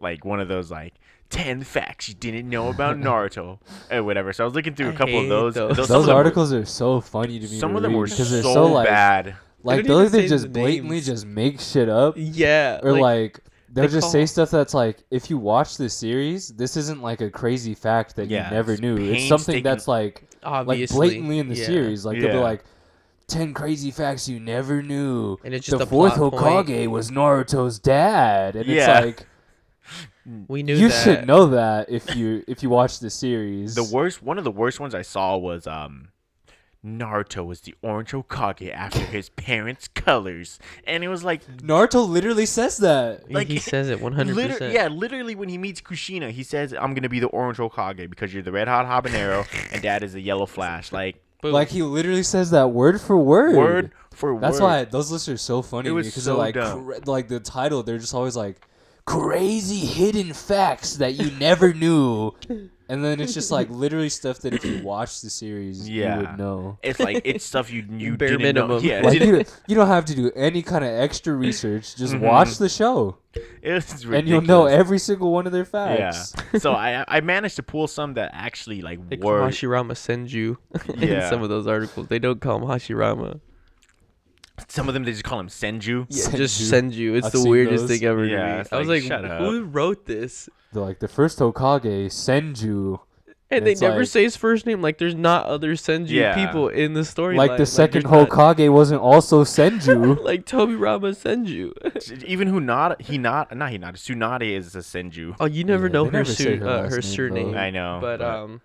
like one of those like ten facts you didn't know [laughs] about Naruto or whatever. So I was looking through a I couple of hate those. those. some of Those them were- articles are so funny to me. some to of them read were so, because they're so like, bad. They like don't those even they say just the blatantly names. just make shit up Yeah. or like, they'll they just call- say stuff that's like if you watch this series, this isn't like a crazy fact that Yeah, you never it's knew. It's something painstaking- that's like obviously like blatantly in the Yeah. series. Like they'll be Yeah. like, ten crazy facts you never knew. And it's just the a fourth plot Hokage point. was Naruto's dad, and Yeah. it's like We [laughs] knew you that. should know that if you if you watch the series. The worst one of the worst ones I saw was um Naruto was the orange Hokage after his parents' colors, and it was like Naruto literally says that. Like, he says it 100. Liter- percent yeah, literally when he meets Kushina, he says, "I'm gonna be the orange Hokage because you're the red hot habanero, and Dad is the [laughs] yellow flash." Like Like he literally says that word for word. word for That's why word. those lists are so funny It was because so they're like dumb. cra- like the title. They're just always like crazy hidden facts that you never knew, and then it's just like literally stuff that if you watch the series, you Yeah. would know. It's like [laughs] it's stuff you you Bare didn't know. minimum. [laughs] Yeah, Like it, you, you don't have to do any kind of extra [laughs] research. Just watch the show, it was ridiculous. and you'll know every single one of their Yeah. facts. so I I managed to pull some that actually like They call were Hashirama Senju [laughs] in Yeah. some of those articles. They don't call him Hashirama. some of them they just call him Senju. [laughs] Yeah, Senju. just Senju. It's I've the seen weirdest those. thing ever Yeah, to me. it's I was like, like, shut up. who wrote this? They're like the first Hokage, Senju. And they It's never like- say his first name. Like, there's not other Senju Yeah. people in the story. Like the second [laughs] whole Hokage wasn't also [laughs] Senju. like Toby Rama Senju. Even Hunada, he not not he not Tsunade is a Senju. oh, you never Yeah, know they her never say sur- her uh, last her name, surname. though. I know, But but- um,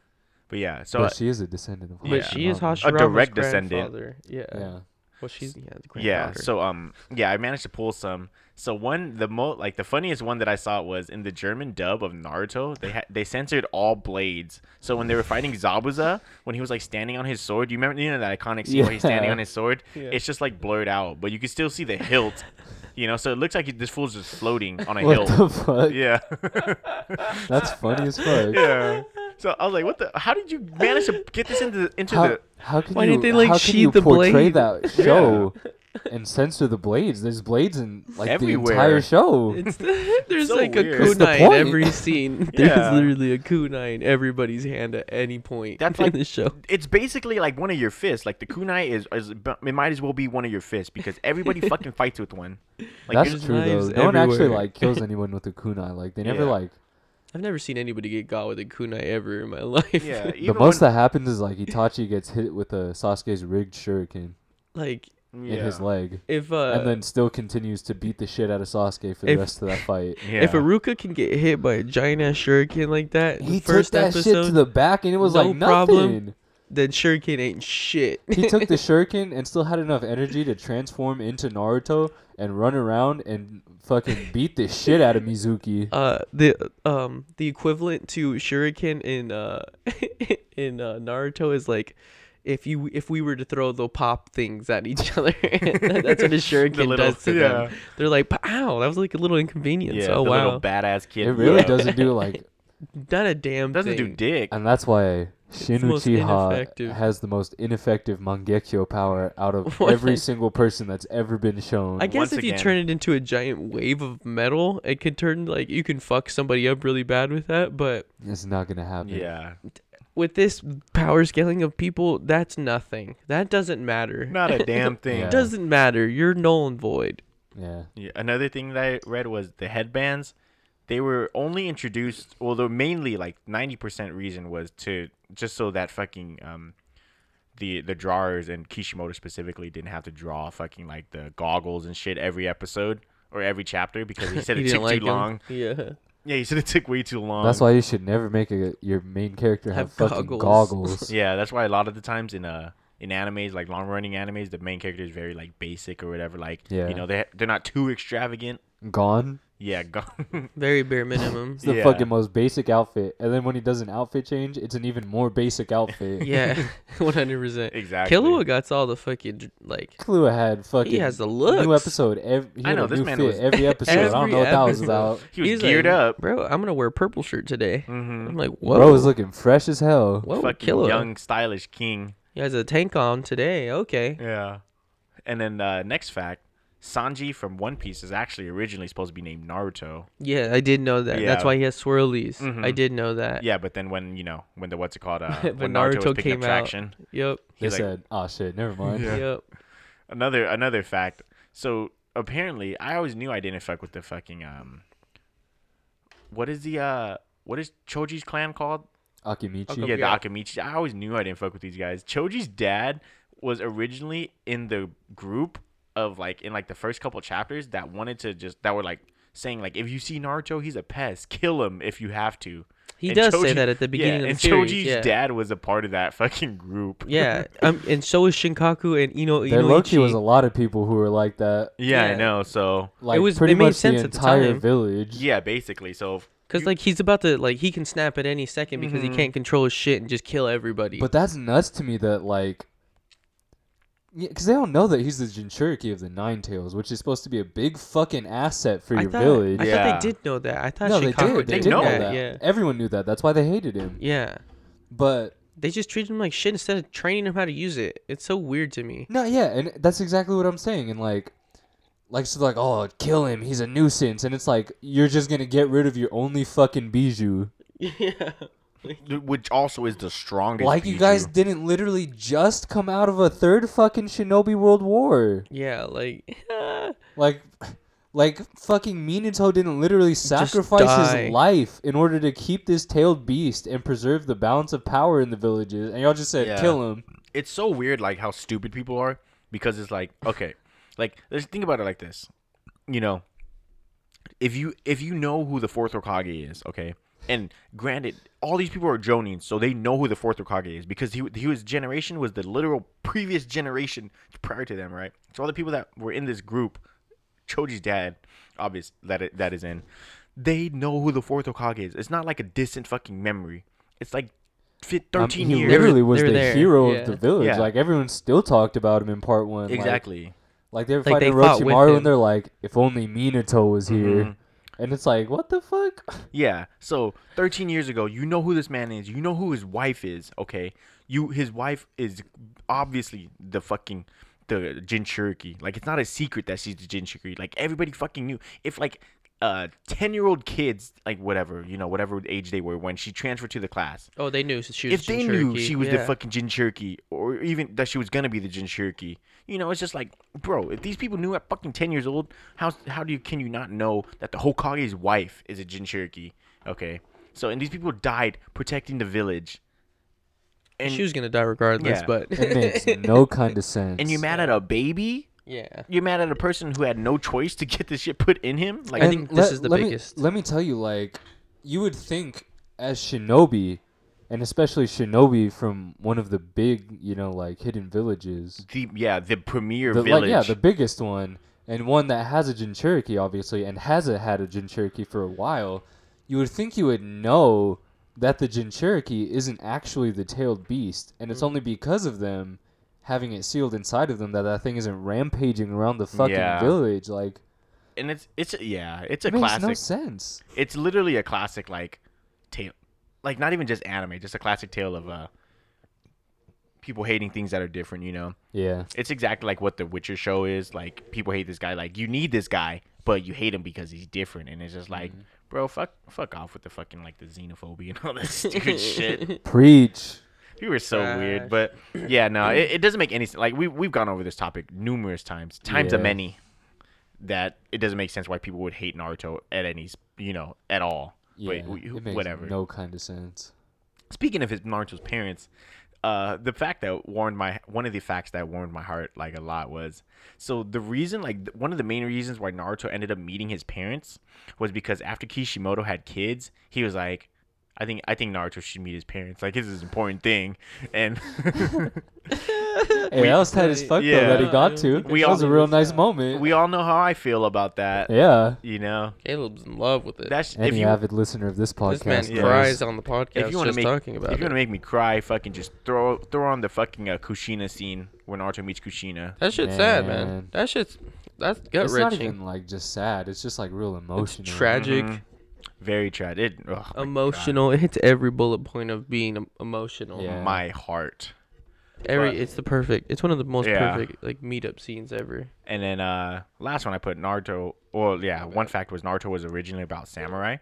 But yeah, so but she is a descendant of. but Yeah. she is Hashirama. Hashirama's direct descendant. grandfather. Yeah. Um, [laughs] Yeah. Well, she's yeah, the yeah granddaughter. so um yeah i managed to pull some so one the mo like the funniest one that i saw was in the german dub of naruto they had they censored all blades so when they were fighting zabuza when he was like standing on his sword you remember you know that iconic scene where he's standing [laughs] Yeah. on his sword Yeah. it's just like blurred out but you can still see the hilt you know so it looks like this fool's just floating on a What hill the fuck? [laughs] yeah That's funny as fuck. [laughs] yeah so i was like what the how did you manage to get this into the into How, the how can Why you, didn't they, like, how can sheathe you the portray blade? that [laughs] [laughs] show and censor the blades? There's blades in like the entire Everywhere. show. [laughs] [laughs] It's the, there's so like weird. a It's the kunai in point. every [laughs] scene. Yeah. There's literally a kunai in everybody's hand at any point That's in like- the show. it's basically like one of your fists. Like the kunai is, is it might as well be one of your fists because [laughs] everybody fucking fights with one. Like That's there's true though. knives No one actually everywhere. [laughs] like kills anyone with a kunai. Like they never Yeah. like I've never seen anybody get got with a kunai ever in my [laughs] life. [laughs] yeah, even [laughs] the most when- that happens is [laughs] like Itachi gets hit with a Sasuke's rigged shuriken like yeah. in his leg, if uh and then still continues to beat the shit out of Sasuke for the if- rest of that fight. yeah. if Aruka can get hit by a giant ass shuriken like that, in He the first took that episode, shit to the back, and it was no like problem. nothing. then shuriken ain't shit. [laughs] he took the shuriken and still had enough energy to transform into Naruto and run around and fucking beat the shit out of [laughs] Mizuki. uh the um the equivalent to shuriken in uh [laughs] in uh, Naruto is like if you if we were to throw they'll pop things at each [laughs] other that's [laughs] what a shuriken little- does to them yeah. they're like ow that was like a little inconvenience yeah, oh the wow little badass kid. It really yeah. doesn't [laughs] do like, not a damn doesn't do thing. dick. and that's why Shin the most ineffective. Uchiha has the most ineffective Mangekyo power out [laughs] of What? every single person that's ever been shown. I guess Once if you again- turn it into a giant wave of metal, it could turn like you can fuck somebody up really bad with that. But it's not gonna happen. Yeah, with this power scaling of people, that's nothing. That doesn't matter. not [laughs] a damn thing. Yeah. doesn't matter. You're null and void. Yeah. Yeah, Another thing that I read was the headbands. They were only introduced, well, they're mainly like ninety percent reason was to just so that fucking um, the the drawers and Kishimoto specifically didn't have to draw fucking like the goggles and shit every episode or every chapter because [laughs] he said You it took too long. Yeah. Yeah, he said it took way too long. That's why you should never make a, your main character have, Have fucking goggles. [laughs] goggles. [laughs] Yeah, that's why a lot of the times in uh in animes like long running animes, the main character is very like basic or whatever. Like Yeah. you know they they're not too extravagant. Gone. Yeah, [laughs] gone. Very bare minimum. It's the [laughs] Yeah. fucking most basic outfit. And then when he does an outfit change, it's an even more basic outfit. [laughs] [laughs] yeah, one hundred percent. Exactly. Killua got all the fucking like. Clue had fucking. He has the New looks. episode. Every, he I had know, a this new man fit was- [laughs] every episode. I don't Every know what that was episode. about. He was He's geared like, up. Mm-hmm. bro. I'm gonna wear a purple shirt today. I'm like, whoa, Bro was looking fresh as hell. whoa, fucking Killua. young stylish king. He has a tank on today. Okay. Yeah. And then uh, next fact, Sanji from One Piece is actually originally supposed to be named Naruto. Yeah, I did know that. That's Yeah. why he has swirlies. I Mhm. did know that. Yeah, but then when you know when the what's it [laughs] called uh, When when, Naruto, Naruto was picking came up out. traction, Yep. They he's like, said, "Oh shit, never mind." Yeah. Yep. another another fact. So apparently, I always knew I didn't fuck with the fucking um. What is the uh? What is Choji's clan called? Akimichi. Yeah, the Yeah. Akamichi. I always knew I didn't fuck with these guys. Choji's dad was originally in the group of like in like the first couple chapters that wanted to just that were like saying like if you see Naruto, he's a pest. Kill him if you have to. He And does say Choji- that at the beginning yeah, of and the series. Choji's yeah. dad was a part of that fucking group. Yeah, um, and so is Shinkaku and Ino There low-key Inoichi. was a lot of people who were like that. [laughs] Yeah, Yeah. I know. So Like was- pretty it made much sense the at the entire time. village. yeah, basically. So if Because you- like he's about to like he can snap at any second because Mm-hmm. he can't control his shit and just kill everybody. But that's nuts to me that like, yeah, because they don't know that he's the Jinchuriki of the Nine Tails, which is supposed to be a big fucking asset for I your thought, village. I Yeah. thought they did know that. I thought No, they Shinkaku did. They, did did know know that. that. Yeah, Everyone knew that. That's why they hated him. yeah. But They just treated him like shit instead of training him how to use it. It's so weird to [laughs] me. no, yeah, and that's exactly what I'm saying. And like, like so, like, oh, kill him. He's a nuisance. And it's like you're just gonna get rid of your only fucking Bijou. yeah. which also is the strongest. Like you Pichu. guys didn't literally just come out of a third fucking Shinobi World War. Yeah, like [laughs] Like like fucking Minato didn't literally sacrifice die. his life in order to keep this tailed beast and preserve the balance of power in the villages and y'all just said Yeah. kill him. it's so weird like how stupid people are because it's like okay like let's think about it like this you know if you if you know who the fourth Hokage is okay and granted all these people are Jonins so they know who the fourth Hokage is because he he was generation was the literal previous generation prior to them right so all the people that were in this group Choji's dad obvious that it, that is in they know who the fourth Hokage is it's not like a distant fucking memory it's like fit Um, 13 he years literally was they were the there, hero yeah. of the village. Yeah. Like everyone still talked about him in part one. Like- exactly Like, they were Like, they fighting fought with Orochimaru him. Mm-hmm. and they're like, if only Minato was here. Mhm. And it's like, what the fuck? [laughs] Yeah. So 13 years ago, you know who this man is. You know who his wife is. Okay. You his wife is obviously the fucking the Jinchuriki. Like it's not a secret that she's the Jinchuriki. Like everybody fucking knew. If like uh 10 year old kids like whatever you know whatever age they were when she transferred to the class oh, they knew she was. if they knew Jinchuriki, she was yeah. the fucking Jinchuriki, or even that she was gonna be the Jinchuriki, you know, it's just like, bro, if these people knew at fucking ten years old, how how do you can you not know that the Hokage's wife is a Jinchuriki? Okay, so and these people died protecting the village, and she was gonna die regardless, Yeah. but It makes no kind of sense. and you're mad at a baby. [laughs] yeah, You're mad at a person who had no choice to get this shit put in him. Like, I think this is the let biggest. Me, let me tell you, like, you would think as Shinobi, and especially Shinobi from one of the big, you know, like hidden villages, the yeah, the premier the, like village. yeah, the biggest one, and one that has a Jinchuriki, obviously, and hasn't had a Jinchuriki for a while. You would think you would know that the Jinchuriki isn't actually the tailed beast, and it's Mm. only because of them having it sealed inside of them that that thing isn't rampaging around the fucking Yeah. village. Like, and it's it's yeah, it's a it makes classic. no sense. it's literally a classic like tale like not even just anime just a classic tale of uh people hating things that are different you know Yeah. it's exactly like what the witcher show is like people hate this guy like you need this guy but you hate him because he's different and it's just like bro fuck fuck off with the fucking like the xenophobia and all that stupid shit Preach. you were so weird Trash. [clears throat] but yeah no it, it doesn't make any sense like we, we've gone over this topic numerous times times a Yeah. many that it doesn't make sense why people would hate naruto at any s- you know at all but we, it makes whatever No kind of sense. Speaking of his Naruto's parents, uh, the fact that warmed my one of the facts that warmed my heart like a lot was so the reason like th- one of the main reasons why Naruto ended up meeting his parents was because after Kishimoto had kids, he was like, I think I think Naruto should meet his parents. Like this is an important thing, and [laughs] Hey, that was tight as fuck Yeah. though that he got to. We that all was a knew real nice moment. we all know how I feel about that. yeah. You know, Caleb's in love with it. that's if Any you avid listener of this this man podcast, yeah. cries knows. on the podcast if you want to just make talking about if it. you want to make me cry, fucking just throw throw on the fucking uh, Kushina scene when Naruto meets Kushina. that shit's sad, Man. man. That shit's that's gut It's not wrenching. even like just sad. It's just like real It's emotional. tragic, Mhm. Very tragic. It, oh my God. emotional. It hits every bullet point of being em- emotional. Yeah. my heart. Every But- it's the perfect. It's one of the most Yeah. perfect like meetup scenes ever. And then uh last one I put Naruto. Well, yeah, one fact was Naruto was originally about samurai,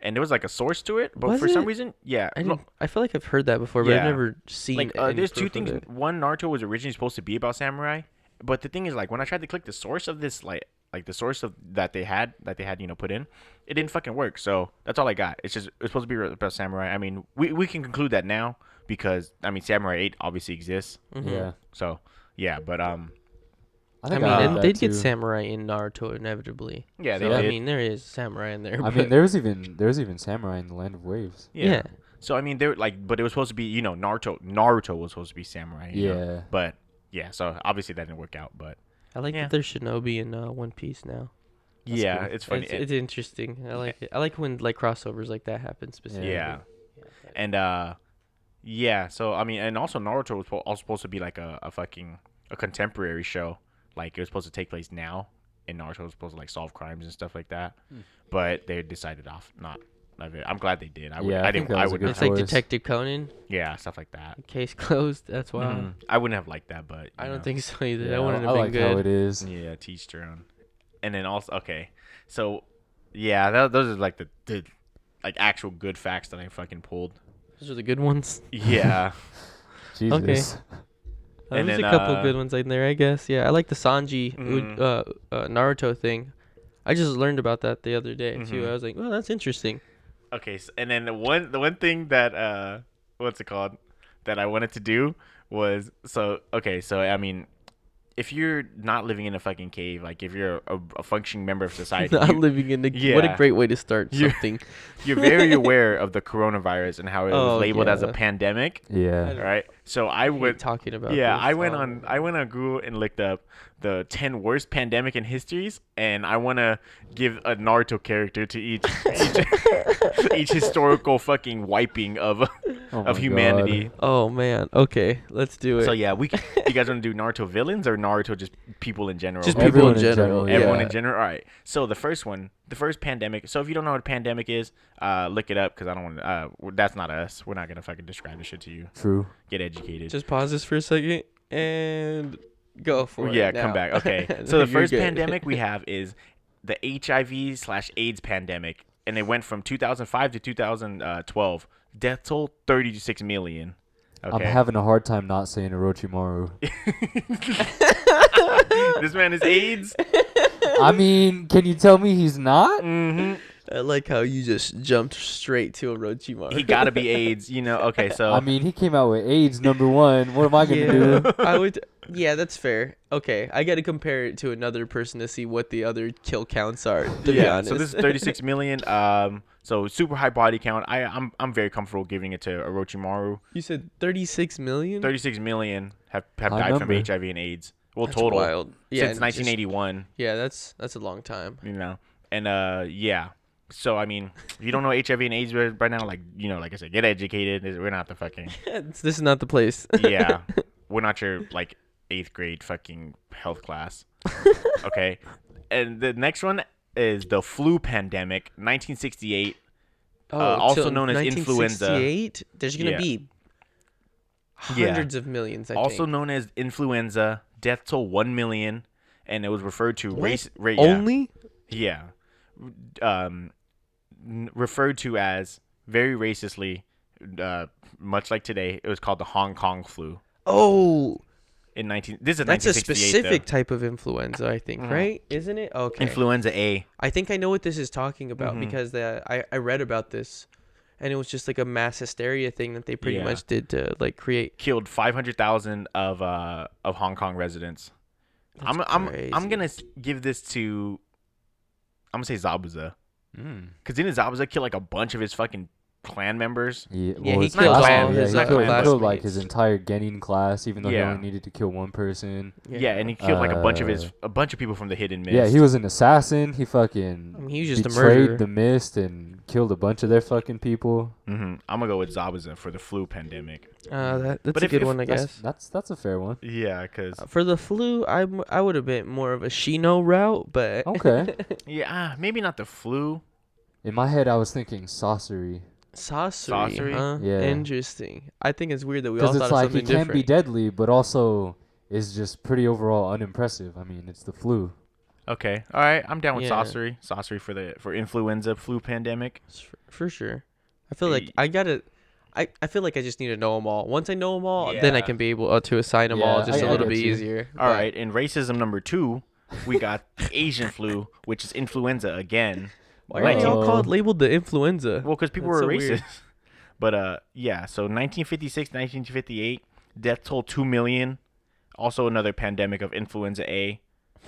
and there was like a source to it, but Was for some it? reason, yeah, I no- didn't, I feel like I've heard that before, but I've Yeah. never seen. like uh, any there's two proof of things. it. One Naruto was originally supposed to be about samurai, but the thing is, like when I tried to click the source of this, like like the source of that they had that they had you know put in, it didn't fucking work. So that's all I got. It's just it's supposed to be re- about samurai. I mean, we we can conclude that now because I mean, Samurai Eight obviously exists. Mm-hmm. Yeah. So yeah, but um I I think mean, I and heard that they'd get too. samurai in Naruto inevitably. yeah, they So, I did. mean, there is samurai in [laughs] there. I but- mean, there was even there was even samurai in the land of waves. yeah. yeah. So I mean, they were like, but it was supposed to be you know Naruto. Naruto was supposed to be samurai. you know? Yeah. But yeah, so obviously that didn't work out. But I like Yeah. that there's Shinobi in uh, One Piece now. yeah, it's funny. It's, it's interesting. I like it. I like when like crossovers like that happen specifically. Yeah. And uh yeah, so I mean and also Naruto was po- also supposed to be like a, a fucking a contemporary show. Like it was supposed to take place now and Naruto was supposed to like solve crimes and stuff like that. Hmm. But they decided off not of it. I'm glad they did. I would Yeah, I, I think didn't that I was a would good not It's like choice. Detective Conan, yeah, stuff like that. case [laughs] closed. That's why Mhm. I wouldn't have liked that, but you I know. don't think so either. I, that wouldn't Mm-hmm. I have been like good. how it is. Yeah, teach their own. And then also okay. So yeah, tho- those are like the, the like actual good facts that I fucking pulled. Those are the good ones. Yeah. Jesus. Uh, And there's then, a couple uh, good ones in there, I guess. Yeah, I like the Sanji U- Mhm. uh, uh, Naruto thing. I just learned about that the other day Mm-hmm. too. I was like, "Well, that's interesting." Okay, s and then the one the one thing that uh what's it called that I wanted to do was so okay, so I mean if you're not living in a fucking cave, like if you're a, a functioning member [laughs] of society, Not you, living in the what a yeah. great way to start You- [laughs] something. you're [laughs] very aware of the coronavirus and how it Oh, was labeled as a yeah. pandemic, [laughs] Yeah. right? So I We're would talking about. yeah, this. I went Oh. on I went on Google and looked up the 10 worst pandemic in histories and I want to give a Naruto character to each each, [laughs] each [laughs] historical fucking wiping of Oh my of humanity. God. Oh man. Okay, let's do it. So yeah, we c- you guys want to do Naruto villains or Naruto just people in general? Just Or people Everyone in in general. general, everyone yeah. in general. All right. So the first one, the first pandemic. So if you don't know what a pandemic is, uh, look it up because I don't want. Uh, we're- that's not us. We're not gonna fucking describe this shit to you. True. Get educated. Just pause this for a second and go for Well, it. yeah, now. come back. [laughs] Okay. So the You're first good. pandemic we have is the HIV slash AIDS pandemic, and it went from 2005 to 2012. Death toll 36 million. Okay. I'm having a hard time not saying Orochimaru. this [laughs] man is AIDS. I mean, can you tell me he's not? hmm [laughs] I like how you just jumped straight to Orochimaru. He gotta be AIDS. You know. Okay. So I mean, he came out with AIDS number one. What am I gonna do? Yeah, [laughs] I would. Yeah, that's fair. Okay, I got to compare it to another person to see what the other kill counts are. To be honest, So this is 36 million. Um, so super high body count. I, I'm I'm very comfortable giving it to Orochimaru. [laughs] you said 36 million. 36 million have have High died number. from HIV and AIDS. Well, That's total wild. Yeah, since and just- 1981. yeah, that's that's a long [laughs] time. You know, and uh, yeah. So I mean, if you don't know HIV and AIDS right right now, like you know, like I said, get educated. We're not the fucking this is not the place. [laughs] yeah. We're not your like eighth grade fucking [laughs] health class. Okay. And the next one is the flu pandemic, 1968. Oh, also till known as influenza. 1968? There's gonna Yeah. be Yeah. hundreds of millions. I also think. known as influenza, death toll 1 million, and it was referred to race, ra- yeah, only yeah, um, n- referred to as very racistly, uh, much like today. It was called the Hong Kong flu oh. in 19. This is That's a 1968, though. Mm-hmm. specific type of influenza, I think, right? Isn't it? Okay. influenza A. I think I know what this is talking about Mm-hmm. because the, I, I read about this and it was just like a mass hysteria thing that they pretty Yeah. much did to like create. killed 500,000 of uh of Hong Kong residents. I'm I'm crazy. I'm going to give this to I'm going to say Zabuza. [laughs] Cuz didn't Zabuza kill like a bunch of his fucking clan members? Yeah, Yeah, well, he it's killed class- all yeah, his, he like, killed, he killed, like classmates. his entire Genin class, even though Yeah. he only needed to kill one person. Yeah, and he killed like a bunch of his Uh, a bunch of people from the hidden mist. Yeah, he was an assassin. He fucking I mean, he was just a murderer. betrayed the mist and killed a bunch of their fucking people. Mhm. I'm going to go with Zabuza for the flu pandemic. Uh, that, that's But a if- good if one, I That's, guess. Uh, that's that's a fair one. Yeah, cuz Uh, For the flu, I, m- I would have been more of a Shino route, but Okay. [laughs] yeah, ah, maybe not the flu. In my head, I was thinking sorcery. Sorcery, Sorcery? huh? Yeah. Interesting. I think it's weird that we all Because thought it's of like something it can different. be deadly, but also is just pretty overall unimpressive. I mean, it's the flu. Okay. All right. I'm down with Yeah. sorcery. Sorcery for the for influenza flu pandemic. S- For, for sure. I feel like Hey. I gotta. I, I feel like I just need to know them all. Once I know them all, then I Yeah. can be able uh, to assign them Yeah, all just I- a I little get bit you. easier. All right. And racism number two, [laughs] we got Asian flu, which is influenza again. Why are they all Uh-oh. called labeled the influenza? Well, because people That's were so racist. weird. [laughs] But uh, yeah. So 1956, 1958, death toll two million. Also another pandemic of influenza A,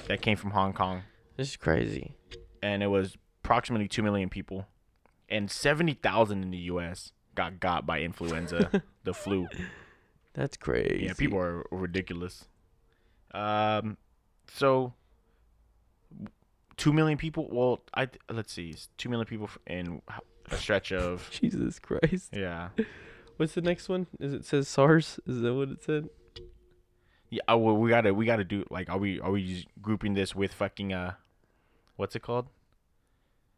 that came from Hong Kong, This is crazy. and it was approximately two million people, and seventy thousand in the U.S. got got [laughs] by influenza, the flu. That's crazy. Yeah, people are ridiculous. Um, so two million people. Well, I th- let's see, it's two million people f- in h- a stretch of [laughs] Jesus Christ. yeah. What's the next one? Is it says SARS? Is that what it said? Yeah, oh, well, we gotta we gotta do like are we are we just grouping this with fucking uh, what's it called?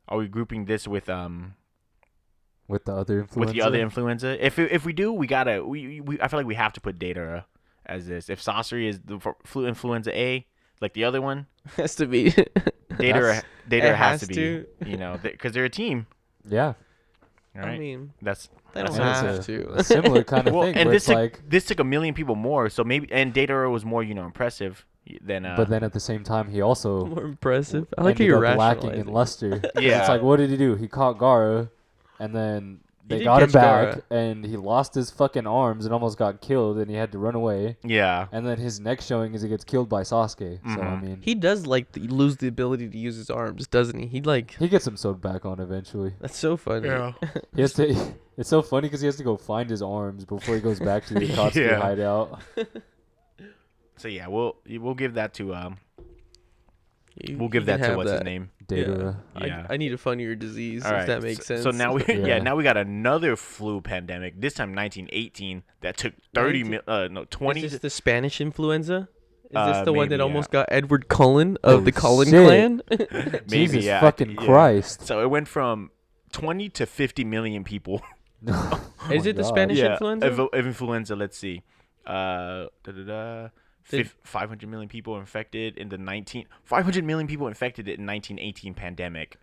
Are we grouping this with um With the other influenza. with the other influenza? If if we do, we gotta we, we I feel like we have to put data uh, as this. If sorcery is the f- flu influenza A, like the other one, Has to [laughs] be. data That's- data it has, has to be you know because they're a team, [laughs] yeah, all right? I mean, That's they that's don't So what it have it's a- to. [laughs] a similar kind of well, thing. and but this it's took, like, this took a million people more, so maybe and data was more you know impressive than uh, but then at the same time, he also More impressive. I like how ended you're up lacking in rationalizing. [laughs] luster. 'Cause Yeah. it's like what did he do? He caught Gara, and then they did got him catch back, Gaara. and he lost his fucking arms and almost got killed, and he had to run away. yeah And then his next showing is he gets killed by Sasuke. So I Mhm. mean, he, He does like the, lose the ability to use his arms, doesn't he? He like gets him sewed back on eventually. that's so funny. He has to. [laughs] It's so funny because he has to go find his arms before he goes back to the Akatsuki Yeah. hideout. so yeah we'll we'll give that to um [laughs] You- We'll you give that can to have what's his that. name. Data. I, Yeah. I need a funnier disease All right. if that makes so, sense. [laughs] So now we [laughs] yeah. Yeah. now we got another flu pandemic. This time 1918 that took 30 mil, uh no 20 Is this the Spanish influenza? Is Uh, this the one maybe, that almost yeah. got Edward Cullen of the Oh, Cullen shit. [laughs] Oh clan? [laughs] maybe Jesus yeah, fucking yeah. Christ. So it went from 20 to 50 million people. [laughs] Is my it the God. Spanish influenza? of- of influenza. Let's see. Uh, da, da, da, Did- Fif- 500 million people infected in the 19 500 million people infected it in 1918 pandemic.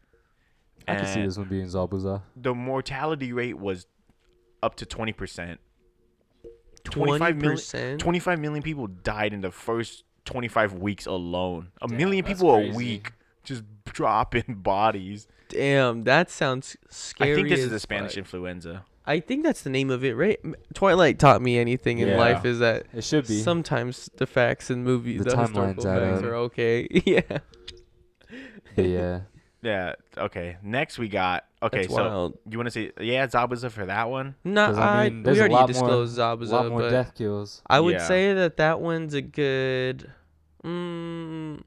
I can see And this one being Zabuza. The mortality rate was up to 20%. 25 million, 20%? 25 million people died in the first 25 weeks alone. A million that's people a crazy. week just [laughs] dropping bodies. Damn, that sounds scary. I think this is as the Spanish fuck. influenza. I think that's the name of it, right? M- Twilight taught me anything in Yeah. life is that It should be. sometimes the facts in movies, The the, historical timelines add facts up. are okay. [laughs] yeah, But yeah. Yeah. Okay. Next we got okay. That's so wild. you want to say yeah, Zabuza for that one? [laughs] no, 'Cause, I I, mean, we there's a already lot disclosed more, Zabuza, lot more but death kills. I would Yeah. say that that one's a good. Mm,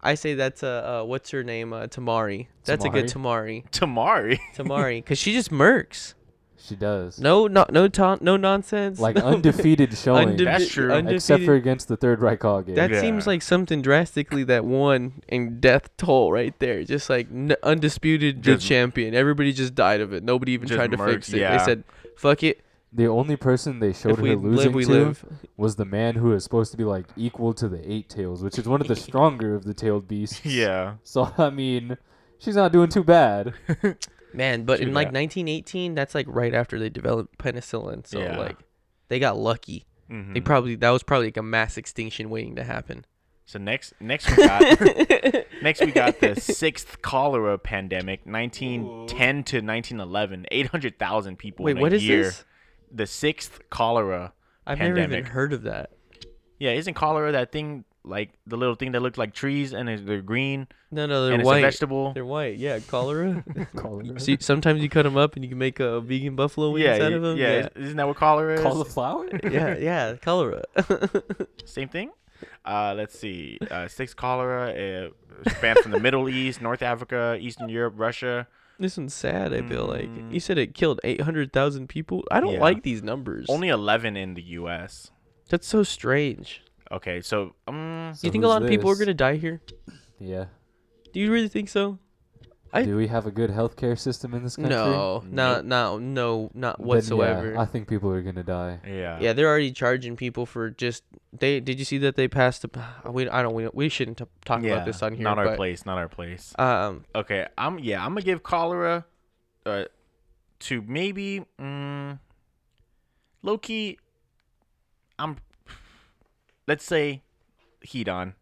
I say that's a uh, what's her name? Uh, Tamari. That's a good Tamari. Tamari. [laughs] [laughs] Tamari, because she just mercs. She does. No, not no ta- no nonsense. Like [laughs] no- undefeated showing. Undefe- That's true. Except for undefeated- against the third Raikage. game. that Yeah. seems like something drastically that won in death toll right there. Just like n- undisputed Just- the champion. Everybody just died of it. Nobody even Just tried to mercs, fix it. yeah. They said, "Fuck it. the only person they showed If her we losing live, we to live." was the man who is supposed to be like equal to the eight tails, which is one [laughs] of the stronger of the tailed beasts. yeah. So I mean, she's not doing [laughs] too bad. Man, but True in like that. 1918, that's like right after they developed penicillin. So Yeah. like, they got lucky. hmm They probably that was probably like a mass extinction waiting to [laughs] happen. so next, next [laughs] we got next we got the sixth cholera pandemic, 1910 to 1911, 800,000 people. Wait, in a what is year. this? The sixth cholera. I've never pandemic. even heard of that. Yeah, isn't cholera that thing like the little thing that looked like trees and it- they're green No, no, they're and it's white. a vegetable? They're white. Yeah, [laughs] cholera. Call it See, sometimes you cut them up and you can make a vegan buffalo wings yeah, out of them. yeah, Yeah, Isn't that what cholera is? [laughs] cauliflower. yeah, yeah, cholera. [laughs] Same thing. Uh, let's see. Uh, sixth cholera uh, spans from the Middle East, [laughs] North Africa, Eastern Europe, Russia. this one's sad. I feel like you said it killed eight hundred thousand people. I don't Hmm. Yeah. like these numbers. Only 11 in the U.S. that's so strange. Okay, so um, Do you think a lot of people are gonna die here? Yeah. Do you really think so? I- Do we have a good healthcare system in this country? No, no, Nope. no, no, not Then, yeah, whatsoever. I think people are gonna die. Yeah. Yeah, they're already charging people for just they. Did you see that they passed? The, [sighs] we I don't we, we shouldn't t- talk Yeah, about this on here. Not our but, place. Not our place. Um, Okay. I'm. Yeah. I'm gonna give cholera, uh, to maybe, mm, low key. I'm. Let's say, heat on.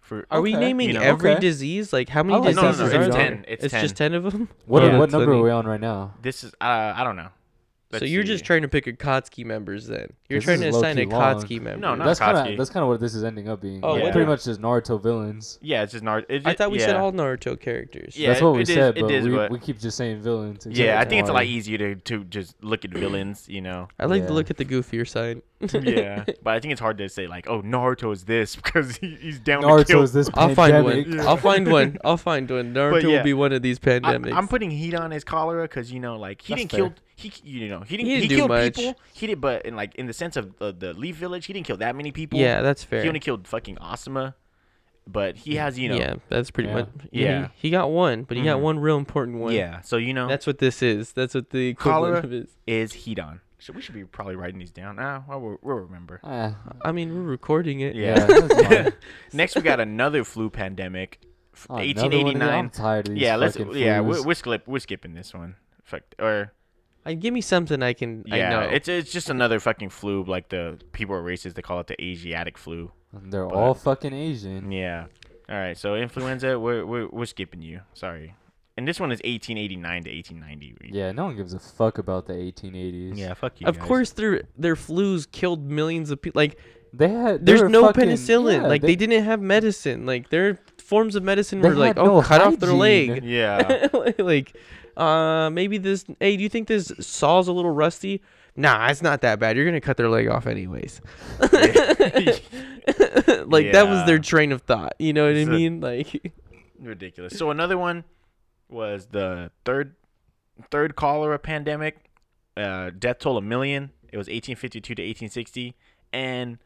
For are we Okay. naming You know, every okay. disease? Like how many I like no, no, diseases no, are it's there? ten. It's, It's, just ten of them. [laughs] What Yeah. what That's number funny. are we on right now? This is. Uh, I don't know. so Let's you're just see. trying to pick a Kotsky members then. You're This trying is to assign a low-key long. Kotsky member. No, not that's kind Kotsky. of that's kind of what this is ending up being. Oh, Like, yeah. pretty much just Naruto villains. Yeah, it's just nar. it- I thought we yeah. said all Naruto characters. Yeah, that's what we it is- said, it but, is we, what- we keep just saying villains. except Yeah, I it's think it's E- a lot Naruto. [laughs] easier to to just look at [clears throat] villains. [laughs] You know. I like to Yeah. look at the goofier side. yeah, but I think it's hard to say like, oh, Naruto is this [laughs] because he, he's down to kill. Naruto is this I'll find pandemic. [laughs] one. Yeah. I'll find one. I'll find one. Naruto yeah, will be one of these I, pandemics. I'm putting heat on his cholera because you know, like he That's didn't fair. kill. He you know he didn't he, didn't do killed much. people. He did, but in like in the sense of uh, the, the Leaf Village, he didn't kill that many people. yeah, that's fair. Mm, he only killed fucking Asuma, but he has you know yeah, that's pretty Yeah. much. he- Yeah. he, got one, but he got Mhm. one real important one. yeah. So you know that's what this is. That's what the Cholera. equivalent of is. is heat on. So we should be probably writing these down. Ah, well, we'll, [laughs] we'll remember. Ah, I mean, we're recording it. yeah, [laughs] Yeah. [laughs] that's fine. Next, we got another flu pandemic, f- Oh, another one of these- 1889. I'm tired of these Yeah, let's fucking yeah flus. we're, we're skip we're skipping this one. Fuck or [laughs] I, give me something I can. I Yeah, know. it's it's just another fucking flu. Like the people are racist. They call it the Asiatic flu. They're all fucking Asian. Yeah. All right. So influenza, we're we're, we're skipping you. Sorry. And this one is 1889 to 1890. Yeah, no one gives a fuck about the 1880s. Yeah. Fuck you. of guys. course, their their flus killed millions of people. Like, they had. they there's were no fucking- penicillin. yeah, like, they, didn't have medicine. Like, their forms of medicine They were like, had oh, no cut off their leg. hygiene. [laughs] Yeah. [laughs] like, uh, maybe this. Hey, do you think this saw's a little rusty? Nah, it's not that bad. You're gonna cut their leg off anyways. [laughs] like that was Yeah. their train of thought. You know what I It's a- mean? Like, [laughs] Ridiculous. So another one was the third third cholera pandemic. Uh, death toll a million. It was 1852 to 1860, and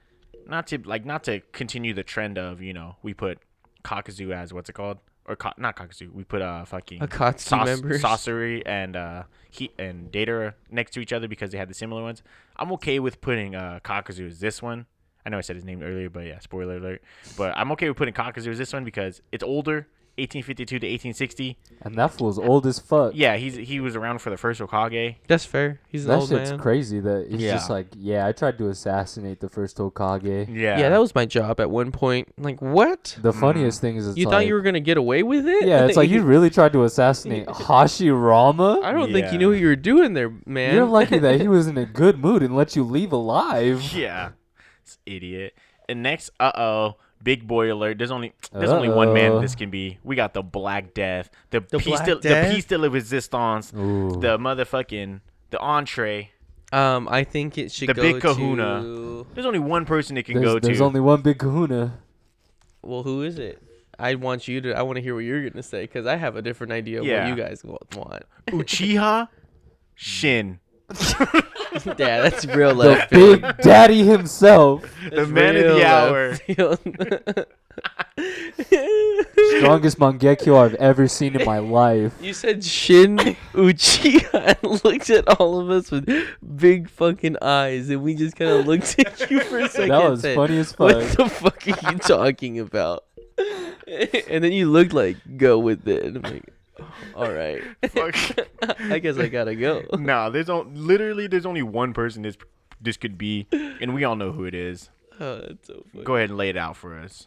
not to like not to continue the trend of you know we put cockazoo as what's it called or co- not cockazoo we put uh fucking Akatsuki members. saucery and uh he and data next to each other because they had the similar ones. I'm okay with putting uh cockazoo as this one. I know I said his name earlier, but yeah, spoiler alert. But I'm okay with putting cockazoo as this one because it's older. 1852 to 1860. And that fool's old as fuck. Yeah, he's he was around for the first Okage. that's fair. He's an That old shit's man. crazy that he's Yeah. just like, yeah, I tried to assassinate the first Hokage. Yeah. Yeah, that was my job at one point. Like, what? The Mm. funniest thing is, it's You like, thought you were gonna get away with it? [laughs] Yeah, it's like [laughs] you really tried to assassinate Hashirama. I don't think Yeah. you knew what you were doing there, man. You're lucky that he was in a good mood and let you leave alive. yeah. It's idiot. And next, uh oh, big boy alert. There's only there's only one man Uh-oh. this can be. We got the Black Death, the, The piece Black de, the Death? piece de la resistance, Ooh. the motherfucking the entree. [laughs] um, I think it should The go big kahuna. to- There's only one person it can There's, go there's to. only one [laughs] big kahuna. Well, who is it? I want you to. I want to hear what you're gonna say because I have a different idea of Yeah. what you guys wa- want. [laughs] Uchiha Shin. yeah, that's real The left. big [laughs] daddy himself. the man of the hour. [laughs] hour. [laughs] Strongest Mangekyo I've ever seen in my life. You said Shin [coughs] Uchiha and looked at all of us with big fucking eyes, and we just kind of looked [laughs] at you for a second. That was and said, funny as What fuck. the fuck are you talking about? [laughs] and then you looked like, go with it. And I'm like, oh, all right. Fuck. I guess I gotta go. [laughs] Nah, there's on, literally there's only one person this this could be, and we all know who it is. Oh, that's so funny. Go ahead and lay it out for us.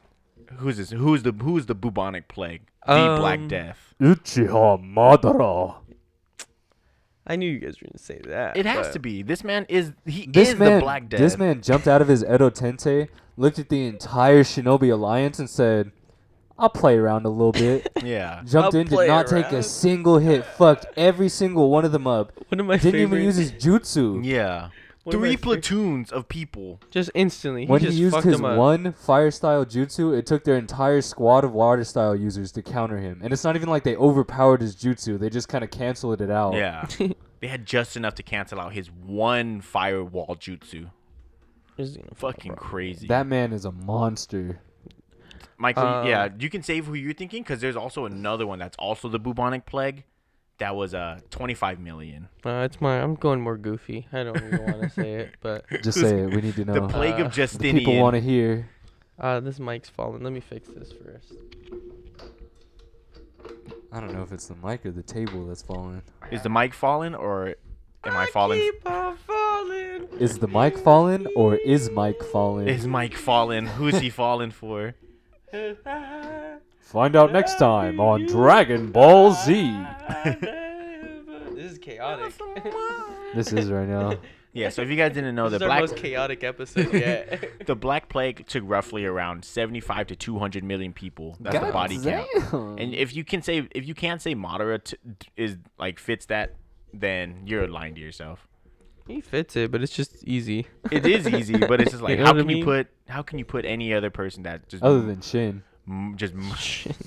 Who's this? Who's the who's the bubonic plague? The Black Um, Death. Uchiha Madara. I knew you guys were gonna say that. It has but- to be. This man is he This is man, the Black Death. this man jumped out of his Edo Tente, looked at the entire Shinobi Alliance, and said, "I'll play around [laughs] a little bit." Yeah. Jumped I'll in, did play not take a around. single hit. Fucked every single one of them up. One of my Didn't favorite. even use his jutsu. Yeah. One of my Three fav- platoons of people. Just instantly. He when just he used fucked his him up. one fire style jutsu, it took their entire squad of water style users to counter him. And it's not even like they overpowered his jutsu; they just kind of canceled it out. Yeah. they had just enough to cancel out his one firewall jutsu. Just gonna fuck Fucking crazy. that man is a monster. Michael, Uh, yeah, you can save who you're thinking because there's also another one that's also the bubonic plague. That was uh 25 million. Uh, it's my. I'm going more goofy. I don't even want to say [laughs] it, but [laughs] Just say it. We need to know. The plague Uh, of The people want to Justinian. hear. uh, this mic's falling. Let me fix this first. I don't know if it's the mic or the table that's falling. Is the mic falling or am I falling? Keep on falling. [laughs] Is the mic falling or is Mike falling? Is Mike falling? Who's he falling for? Find out next time on Dragon Ball [laughs] Z. [laughs] this is chaotic. This is right now. Yeah, so if you guys didn't know, this the is our black most chaotic episode yet. the black plague took roughly around 75 to 200 million people. That's the body count. And if you can say if you can't say Madara t- is like fits that, then you're lying to yourself. [laughs] he fits it, but it's just easy. It is easy, but [laughs] it's just like know how what I can you mean? put how can you put any other person that just Other than Shin. m- just m- just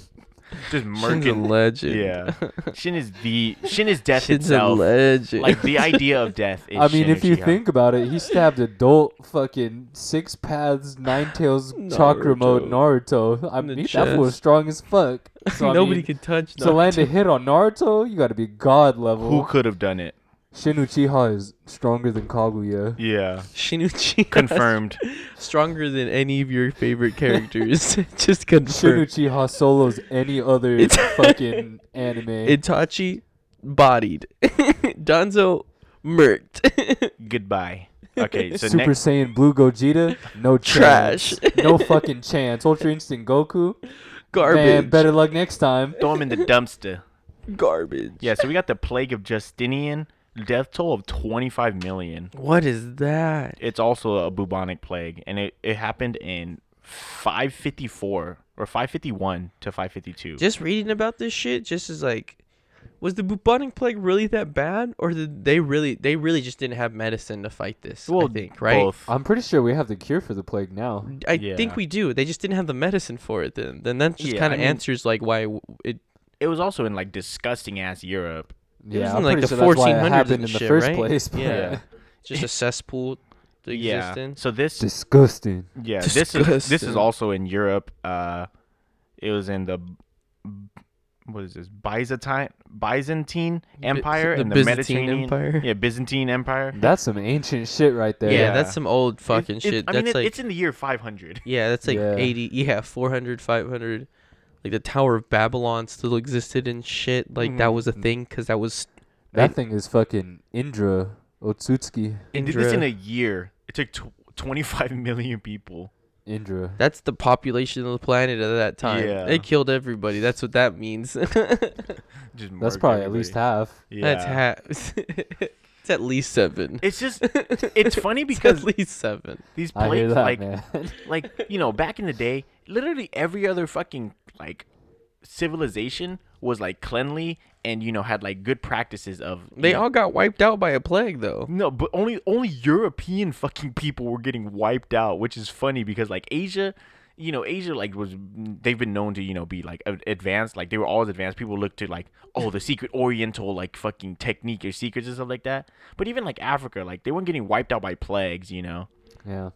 Shin's a murking. legend. [laughs] Yeah, Shin is the Shin is death Shin's a itself. legend. Like [laughs] the idea of death. Is I mean, Shin if you Uchiha. think about it, he stabbed adult fucking six paths, nine [laughs] tails, chakra mode Naruto. I In the mean, that fool was chest. strong [laughs] as fuck. So, I nobody mean, can touch To land a hit on Naruto, you got to be god level. who could have done it, Shin Uchiha is stronger [laughs] than Kaguya. yeah, Shinuchi [laughs] confirmed. stronger than any of your favorite characters. [laughs] Just Shin confirmed. Uchiha solos [laughs] any other It's- fucking [laughs] anime. Itachi bodied. [laughs] Donzo murked. [laughs] Goodbye. Okay, so Super next Saiyan Blue Gogeta, [laughs] no Trash. chance. no fucking chance. Ultra Instinct Goku, garbage. man, better luck next time. throw him in the dumpster. garbage. Yeah, so we got the plague of Justinian, death toll of 25 million. What is that? It's also a bubonic plague, and it, it happened in 554 or 551 to 552. Just reading about this shit just is like was the bubonic plague really that bad or did they really they really just didn't have medicine to fight this? I think, right? Both. I'm pretty sure we have the cure for the plague now. I Yeah. think we do. They just didn't have the medicine for it then. Then that just Yeah, kind I of mean- answers like why w- it It was also in like disgusting ass Europe. Yeah, was in, I'm like, pretty the sure that's why it 1400s happened in and the shit, first right? place. But [laughs] Yeah. [laughs] just a cesspool to Yeah. existence. So this disgusting. [laughs] yeah, this is this is Disgusting. also in Europe. Uh it was in the what is this? Byzantine Byzantine Empire the and the Byzantine Mediterranean Empire. Yeah, Byzantine Empire. That's some ancient shit right there. Yeah, Yeah. that's some old fucking It's- shit. I that's mean, it- like it's in the year 500. yeah, that's like Yeah. 80 yeah, 400 500 like the Tower of Babylon still existed and shit. Like that was a thing cuz that was That thing is fucking Indra Otsutsuki. [laughs] It did this in Indra. a year. It took tw 25 million people. Indra. That's the population of the planet at that time. Yeah. It killed everybody. That's what that means. [laughs] Just That's murked probably at least everybody. half. That's Yeah. half. [laughs] it's at least seven. [laughs] [laughs] It's just it's funny It's at because least seven. these I hear plagues that, like man. [laughs] like you know back in the day, literally every other fucking like civilization was like cleanly and you know had like good practices of you They know- all got wiped out by a plague, though. No, but only only European fucking people were getting wiped out, which is funny because like Asia, you know, Asia like was they've been known to you know be like ad- advanced, like they were always advanced. People look to like oh the secret Oriental like fucking technique or secrets and stuff like that. But even like Africa, like they weren't getting wiped out by plagues, you know. yeah.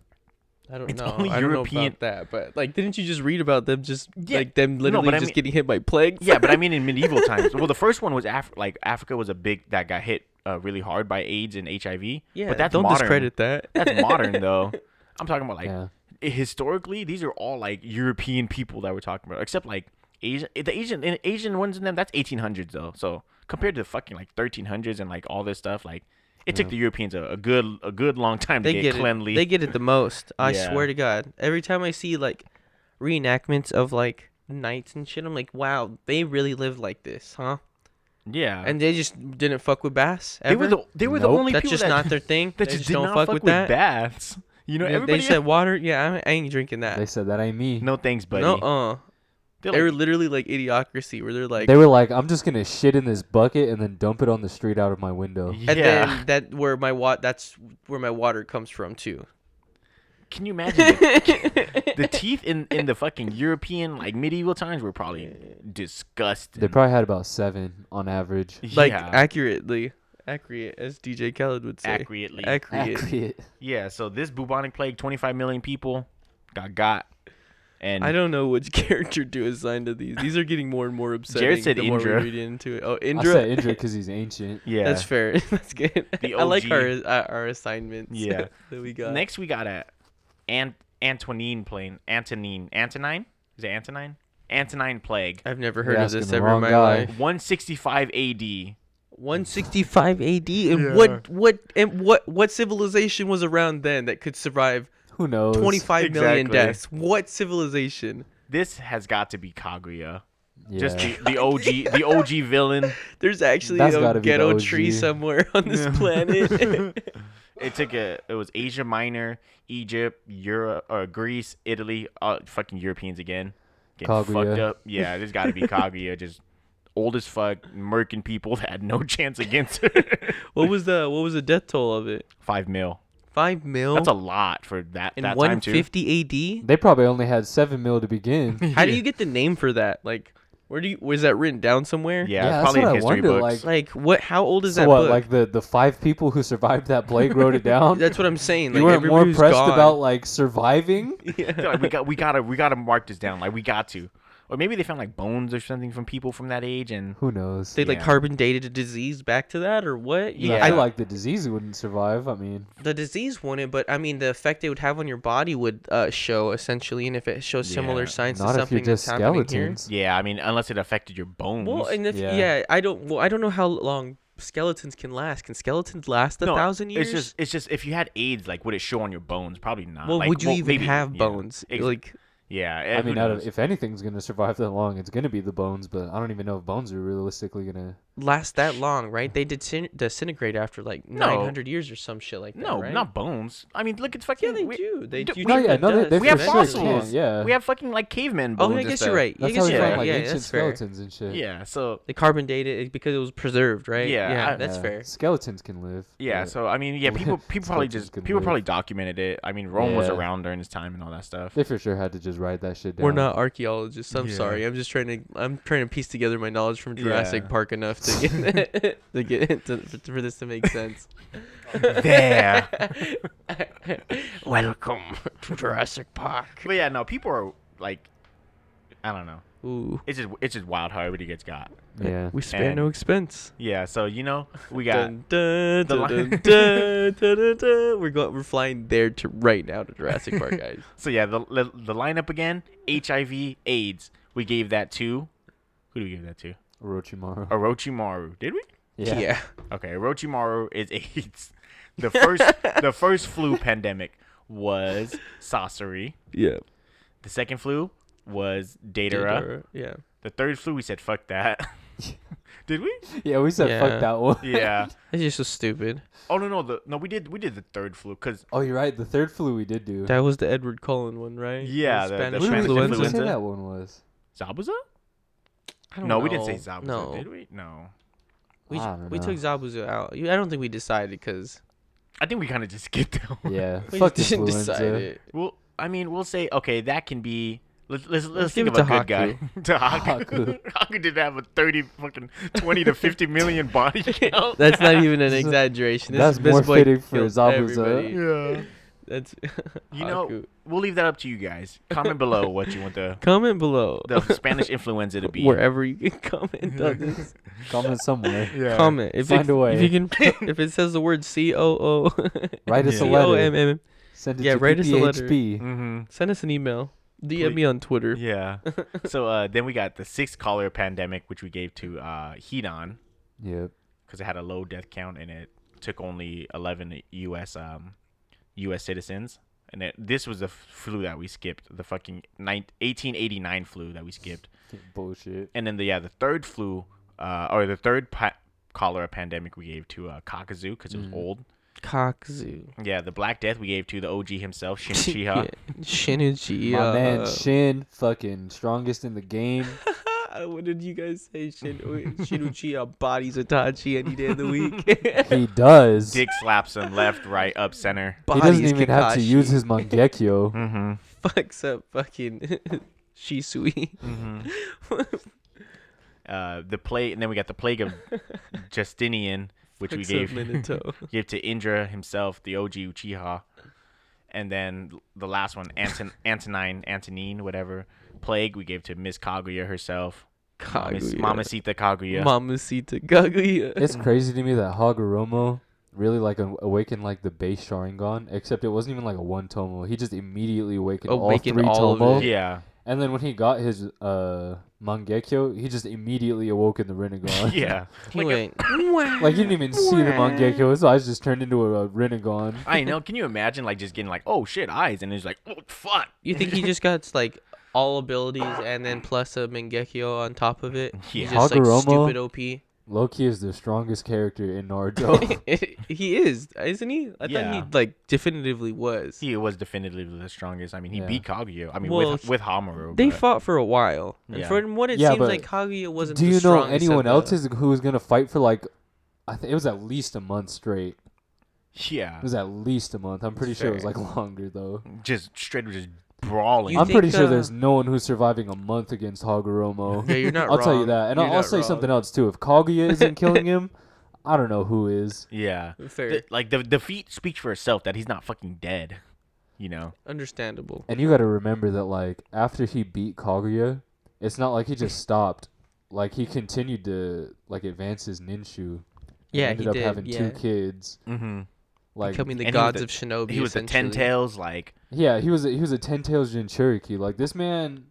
I don't It's know. only I don't know European- about that, but like, didn't you just read about them? Just Yeah. like them No, literally but I just mean- getting hit by plagues. Yeah, but [laughs] I mean in medieval times. Well, the first one was Af- like Africa was a big that got hit uh, really hard by AIDS and HIV. yeah. but that's don't modern. discredit that. [laughs] That's modern though. I'm talking about like Yeah. i- historically, these are all like European people that we're talking about, except like Asian. The Asian and Asian ones in them that's 1800s though. So compared to the fucking like 1300s and like all this stuff, like it took the Europeans a, a good a good long time to they get, get cleanly. it. They get it the most. I Yeah. swear to God. Every time I see like reenactments of like knights and shit, I'm like, wow, they really lived like this, huh? yeah, And they just didn't fuck with bass. Ever? they were the they were Nope. the only That's people just that, not their thing. [laughs] that They just, just did don't not fuck with that. baths. You know, They- everybody they said water. Yeah, I, I ain't drinking that. They said that ain't me. no thanks, buddy. no, uh. They're they were like, literally like idiocracy, where they're like, they were like, I'm just gonna shit in this bucket and then dump it on the street out of my window. yeah. and then that where my wat that's where my water comes from too. Can you imagine? [laughs] The, the teeth in, in the fucking European like medieval times were probably disgusting. They probably had about seven on average. Like Yeah. accurately, accurate as DJ Khaled would say. [laughs] accurately. Accurate. Accurate. yeah, so this bubonic plague, 25 million people got got. And I don't know which [laughs] character to assign to these. These are getting more and more upsetting said the more we Indra. read into it. Oh, I Indra. said Indra because he's ancient. yeah, That's fair. [laughs] That's good. The I like OG. our uh, our assignments. Yeah. [laughs] that we got. Next, we got a Ant- Antonine plane. Antonine. Antonine? Is it Antonine? Antonine plague. I've never heard You're of this asking the ever in wrong my guy. life. 165 AD. 165 AD. And what what and what what civilization was around then that could survive Who knows? 25 million Exactly. deaths? What civilization? This has got to be Kaguya. Yeah. Just the, the OG, the OG villain. There's actually That's a gotta be the ghetto tree OG. somewhere [laughs] on this planet. [laughs] It took a. It was Asia Minor, Egypt, Europe, or Greece, Italy. Uh, fucking Europeans again. Getting fucked Kaguya. up. Yeah, there's got to be Kaguya. Just old as fuck, murking people [laughs] that had no chance against her. [laughs] what was the what was the death toll of it? Five mil. 5 mil That's a lot for that in that time too. 150 AD? they probably only had seven mil to begin. yeah, How do you get the name for that? Like where do you was that written down somewhere? Yeah, that's probably what in I history wonder. books. Like, Like what how old is so that what? book? Like the the five people who survived that plague [laughs] wrote it down. That's what I'm saying. Like you weren't more everybody was impressed gone. about [laughs] like surviving. They're [laughs] like, we got we gotta we gotta mark this down. Like we got to. Or maybe they found like bones or something from people from that age and Who knows? they like Yeah. carbon dated a disease back to that or what? And Yeah. I feel like the disease wouldn't survive. I mean, the disease wouldn't, but I mean the effect it would have on your body would uh, show essentially, and if it shows similar Yeah. signs to not if something you're just that's happening here. skeletons. Yeah, I mean unless it affected your bones. Well, and if yeah. Yeah. I don't, well, I don't know how long skeletons can last. Can skeletons last a No, thousand years? It's just it's just if you had AIDS, like would it show on your bones? Probably not. well, Like, would you well, even maybe- have yeah. bones? Ex- Like, Yeah. eh, I who mean, out of, knows? if anything's gonna survive that long, it's gonna be the bones. But I don't even know if bones are realistically gonna. last that long, right? They did disintegrate after like No. 900 years or some shit like that. no, right? not bones. I mean, look at fucking. Yeah, they we, do. They d- do. we- No, turn Oh, yeah, to no, they- dust they We have for sure eventually. fossils. can, yeah. We have fucking like caveman Oh, bones. yeah, I and guess stuff. you're right. Yeah, I That's guess how we you're yeah, find right. like Yeah, ancient that's fair. skeletons and shit. Yeah. So They carbon dated it because it was preserved, right? Yeah, yeah, I- that's Yeah, fair. Skeletons can live. Yeah, but so I mean, [laughs] yeah, people people probably just Skeletons can people live. probably documented it. I mean, Rome was Yeah. around during this time and all that [laughs] stuff. [laughs] they for sure had to just write that shit down. We're not archaeologists. I'm Yeah. sorry. I'm just trying to. I'm trying to piece together my knowledge from Jurassic Yeah. Park enough to get [laughs] [laughs] to get it to, for this to make sense. There. Welcome to Jurassic Park. [laughs] But yeah, no, people are like, I don't know. Ooh, It's just it's just wild how everybody gets got. Yeah. we spare And- no expense. Yeah, so you know [laughs] we got Dun, dun, The dun, lion- dun, dun, dun, dun, dun. We're going. We're flying there to right now to Jurassic [laughs] Park, guys. so yeah the the the lineup again. HIV AIDS. We gave that to who do we give that to? [laughs] Orochimaru. Orochimaru. Did we? Yeah. Okay, Orochimaru is [laughs] AIDS. [laughs] The first the first flu pandemic was Sorcery. Yeah. The second flu was Datera. Dora, Yeah. The third flu we said fuck [laughs] that. did we? [laughs] Yeah, we said Yeah. fuck that one. [laughs] Yeah. It's just so stupid. Oh no no the no we did we did the third flu because Oh, you're right. The third flu we did do. That was the Edward Cullen one, right? Yeah, the- the Spanish Who did Spanish we- who did we influenza. say influenza. that one was? Zabuza? I No, don't we didn't say know. Zabuza, No. did we? No. We, I j- don't we took know. [laughs] Zabuza out. You- I don't think we decided because I think we kind of just skipped that [laughs] one. Yeah. we fuck just didn't influenza. decide it. Well, I mean, we'll say okay, that can be. Let's let's, let's Let's think give of it a good to guy. [laughs] to Haku. Haku. Haku did have a thirty fucking twenty to fifty million [laughs] body count. That's not even [laughs] an exaggeration. This, That's this more boy fitting for killed Zabuza. everybody. yeah. That's You [laughs] know, Haku. we'll leave that up to you guys. [laughs] Comment below what you want the Comment below [laughs] the Spanish influenza to be. wherever you can [laughs] comment [laughs] on this. Comment [laughs] somewhere. Yeah. Comment if Find it, a if you way. can [laughs] if it says the word C O O Write us C a O letter. M M. Send it Yeah, to write us a letter. PPHP. Mm-hmm. Send us an email. DM Please. me on Twitter. Yeah. [laughs] so uh, then we got the six collar pandemic, which we gave to uh, Hedon Yep. because it had a low death count and it took only eleven U.S. Um, U.S. citizens. And it, this was the f- flu that we skipped, the fucking nine, 1889 flu that we skipped. Bullshit. And then the yeah, the third flu, uh, or the third pa- cholera pandemic we gave to uh, Kakazoo because it was old. Cockzoo. Yeah, the Black Death we gave to the OG himself, Shinchiha. [laughs] Shinichi. My man Shin, fucking strongest in the game. [laughs] what did you guys say? Shin- Shinuchiya bodies Itachi any day of the week. [laughs] [laughs] He does. Dick slaps him left, right, up, center. he doesn't even have to use his [laughs] Mangekyo. Mm-hmm. Fucks up fucking [laughs] Shisui. [laughs] Uh, the plague, and then we got the plague of Justinian, which we Fucks up gave [laughs] Minato. gave to Indra himself, the OG Uchiha, and then the last [laughs] one, Anton Antonine, Antonine, whatever, Plague, we gave to Miss Kaguya herself. Miss Kaguya. Mamacita Kaguya. Mamacita Kaguya. [laughs] It's crazy to me that Hagoromo really like a- awakened like the base Sharingan, except it wasn't even like a one tomo. He just immediately awakened, Awakened all all of three tomo. it. yeah. And then when he got his uh Mangekyo, he just immediately awoke in [laughs] the Renegon. [laughs] Yeah. He went, "Wah." Like he didn't even see the Mangekyo. His eyes just turned into a, a Renegon. I know. Can you imagine like just getting like, oh shit, eyes, and it's like, oh fuck. you think [laughs] he just got like all abilities and then plus a Mengekyo on top of it? He's Yeah. just like Hagoromo. stupid OP. Loki is the strongest character in Naruto. [laughs] he is, isn't he? I Yeah. thought he like definitively was. He was definitively the strongest. I mean, he Yeah. beat Kaguya. I mean, Well, with with Hamaru. They but- fought for a while, and Yeah. from what it Yeah, seems but like, Kaguya wasn't. Do the you know strongest of anyone the- else is, who was gonna fight for like? I think it was at least a month straight. Yeah. It was at least a month. I'm pretty sure it was Fair. like longer though. Just straight, just brawling. You I'm pretty think, sure uh, there's no one who's surviving a month against [laughs] Hagoromo. Yeah, [laughs] you're not [laughs] I'll tell you wrong. that, and You're I'll, I'll not say wrong. something else too. If Kaguya isn't killing [laughs] him, I don't know who is. Yeah. Fair. The- like the defeat speaks for itself that he's not fucking dead. You know. Understandable. And you got to remember that like after he beat Kaguya, it's not like he just stopped. Like he continued to like advance his ninshu. He Yeah, ended he up did. having yeah. two kids. Mm-hmm. Like Becoming the and he was gods the- of shinobi. He was the ten essentially. tails. Like yeah, he was a, he was a ten tails Jinchuriki. Like this man,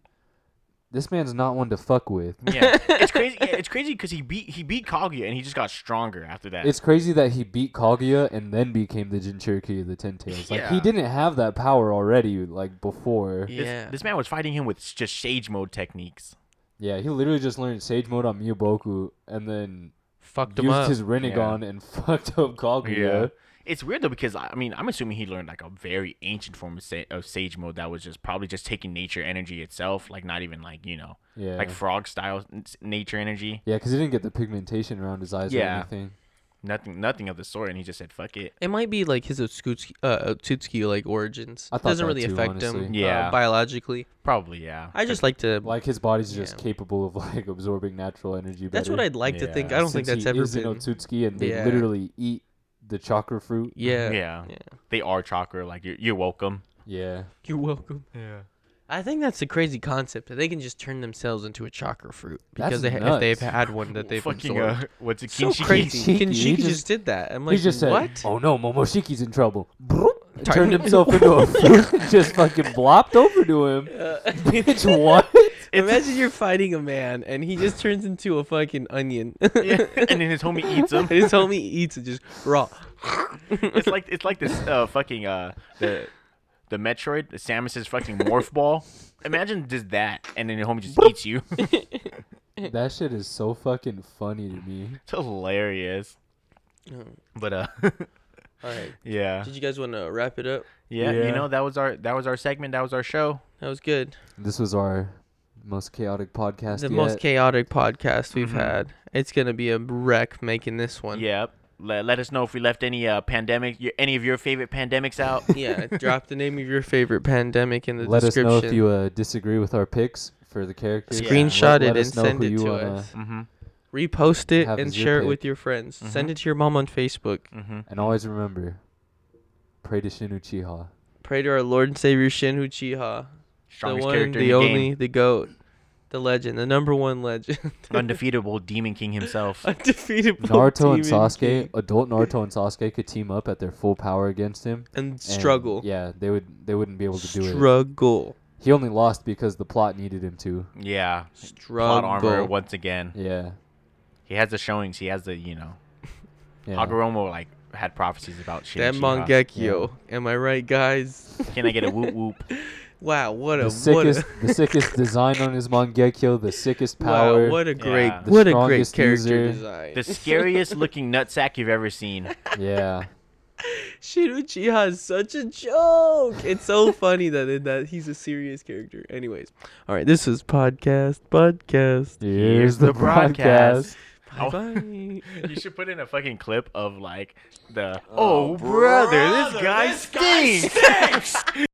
this man's not one to fuck with. yeah, it's crazy. [laughs] Yeah, it's crazy because he beat he beat Kaguya and he just got stronger after that. It's crazy that he beat Kaguya and then became the Jinchuriki of the Ten Tails. Like he Yeah. didn't have that power already, like before. this, Yeah. this man was fighting him with s- just sage mode techniques. Yeah, he literally just learned Sage Mode on Miyaboku and then Fucked him used up. his Renegon and [laughs] fucked up Kaguya. It's weird though because I I mean I'm assuming he learned like a very ancient form of, sa- of sage mode that was just probably just taking nature energy itself, like not even like you know Yeah, yeah, like 'cause frog style n- s- nature energy, because he didn't get the pigmentation around his eyes or Yeah. anything. nothing nothing of the sort, and he just said fuck it. It might be like his Otsutsuki, uh, Otsutsuki like origins. I It thought doesn't that really too, affect him honestly. uh, Yeah. biologically. Probably yeah. I just like to. Like his body's just Yeah. capable of like absorbing natural energy. that's better. what I'd like to think. Yeah. I don't think Since that's he ever is been. an Otsutsuki, and they Yeah. literally eat the chakra fruit. Yeah. yeah. They are chakra. Like you're you're welcome. Yeah, You're welcome. Yeah. I think that's a crazy concept that they can just turn themselves into a chakra fruit because That's they ha- if they've nuts. had one [laughs] that they've fucking absorbed. uh, what's it? so Kinshiki? crazy. Kinshiki, Kinshiki he just, just- did that. I'm like, he just said, what? [laughs] "Oh no, Momoshiki's in trouble." Type- [laughs] Turned himself into a fruit, and just fucking blopped over to [laughs] him. [laughs] Bitch, what? Uh, Imagine you're fighting a man and he just turns into a fucking onion. Yeah. [laughs] [laughs] and then his homie eats him. and his homie eats it just raw. It's like it's like this uh, fucking uh, the the Metroid, the Samus's fucking morph ball. Imagine just that, and then your homie just eats you. [laughs] That shit is so fucking funny to me. it's hilarious. But uh, [laughs] All right. yeah. Did you guys want to wrap it up? yeah, Yeah. You know that was our that was our segment. That was our show. That was good. This was our most chaotic podcast. the yet. Mm-hmm. most chaotic podcast we've had. It's gonna be a wreck making this one. Yep. Let, let us know if we left any uh pandemic, your, any of your favorite [laughs] pandemics out. [laughs] Yeah, Drop the name of your favorite pandemic in the Let us description. know if you uh, disagree with our picks for the characters. Yeah. Screenshot Let- let it and us know send who it you to wanna- us. mm-hmm. Repost it have and as your share it pick. with your friends. Mm-hmm. Send it to your mom on Facebook. Mm-hmm. And always remember, pray to Shin [laughs] Uchiha. Pray to our Lord and Savior Shin Uchiha, the Strongest one, character the in the only, game. the goat, the legend, the number one legend, [laughs] Undefeatable Demon King himself. undefeatable. Naruto and Demon Sasuke, King. adult Naruto and Sasuke could team up at their full power against him. and and, struggle, Yeah, they would. They wouldn't be able to do it. struggle, He only lost because the plot needed him to. Yeah. Plot armor struggle. once again. Yeah. He has the showings. He has the you know. Yeah. Hagoromo like had prophecies about Shin That [laughs] Uchiha. Mangekyo, am I right, guys? [laughs] Can I get a whoop whoop? Wow, what a the what a [laughs] sickest, the sickest design on his Mangekyo, the sickest power. Wow, what a great, Yeah. The what a great strongest character user. design. The scariest looking nutsack you've ever seen. Yeah, [laughs] Shin Uchiha is such a joke. It's [laughs] so funny that that he's a serious character. Anyways, all right, this is podcast, podcast. here's the broadcast. Oh. Bye. [laughs] you should put in a fucking oh, clip of like the oh, brother, this guy stinks.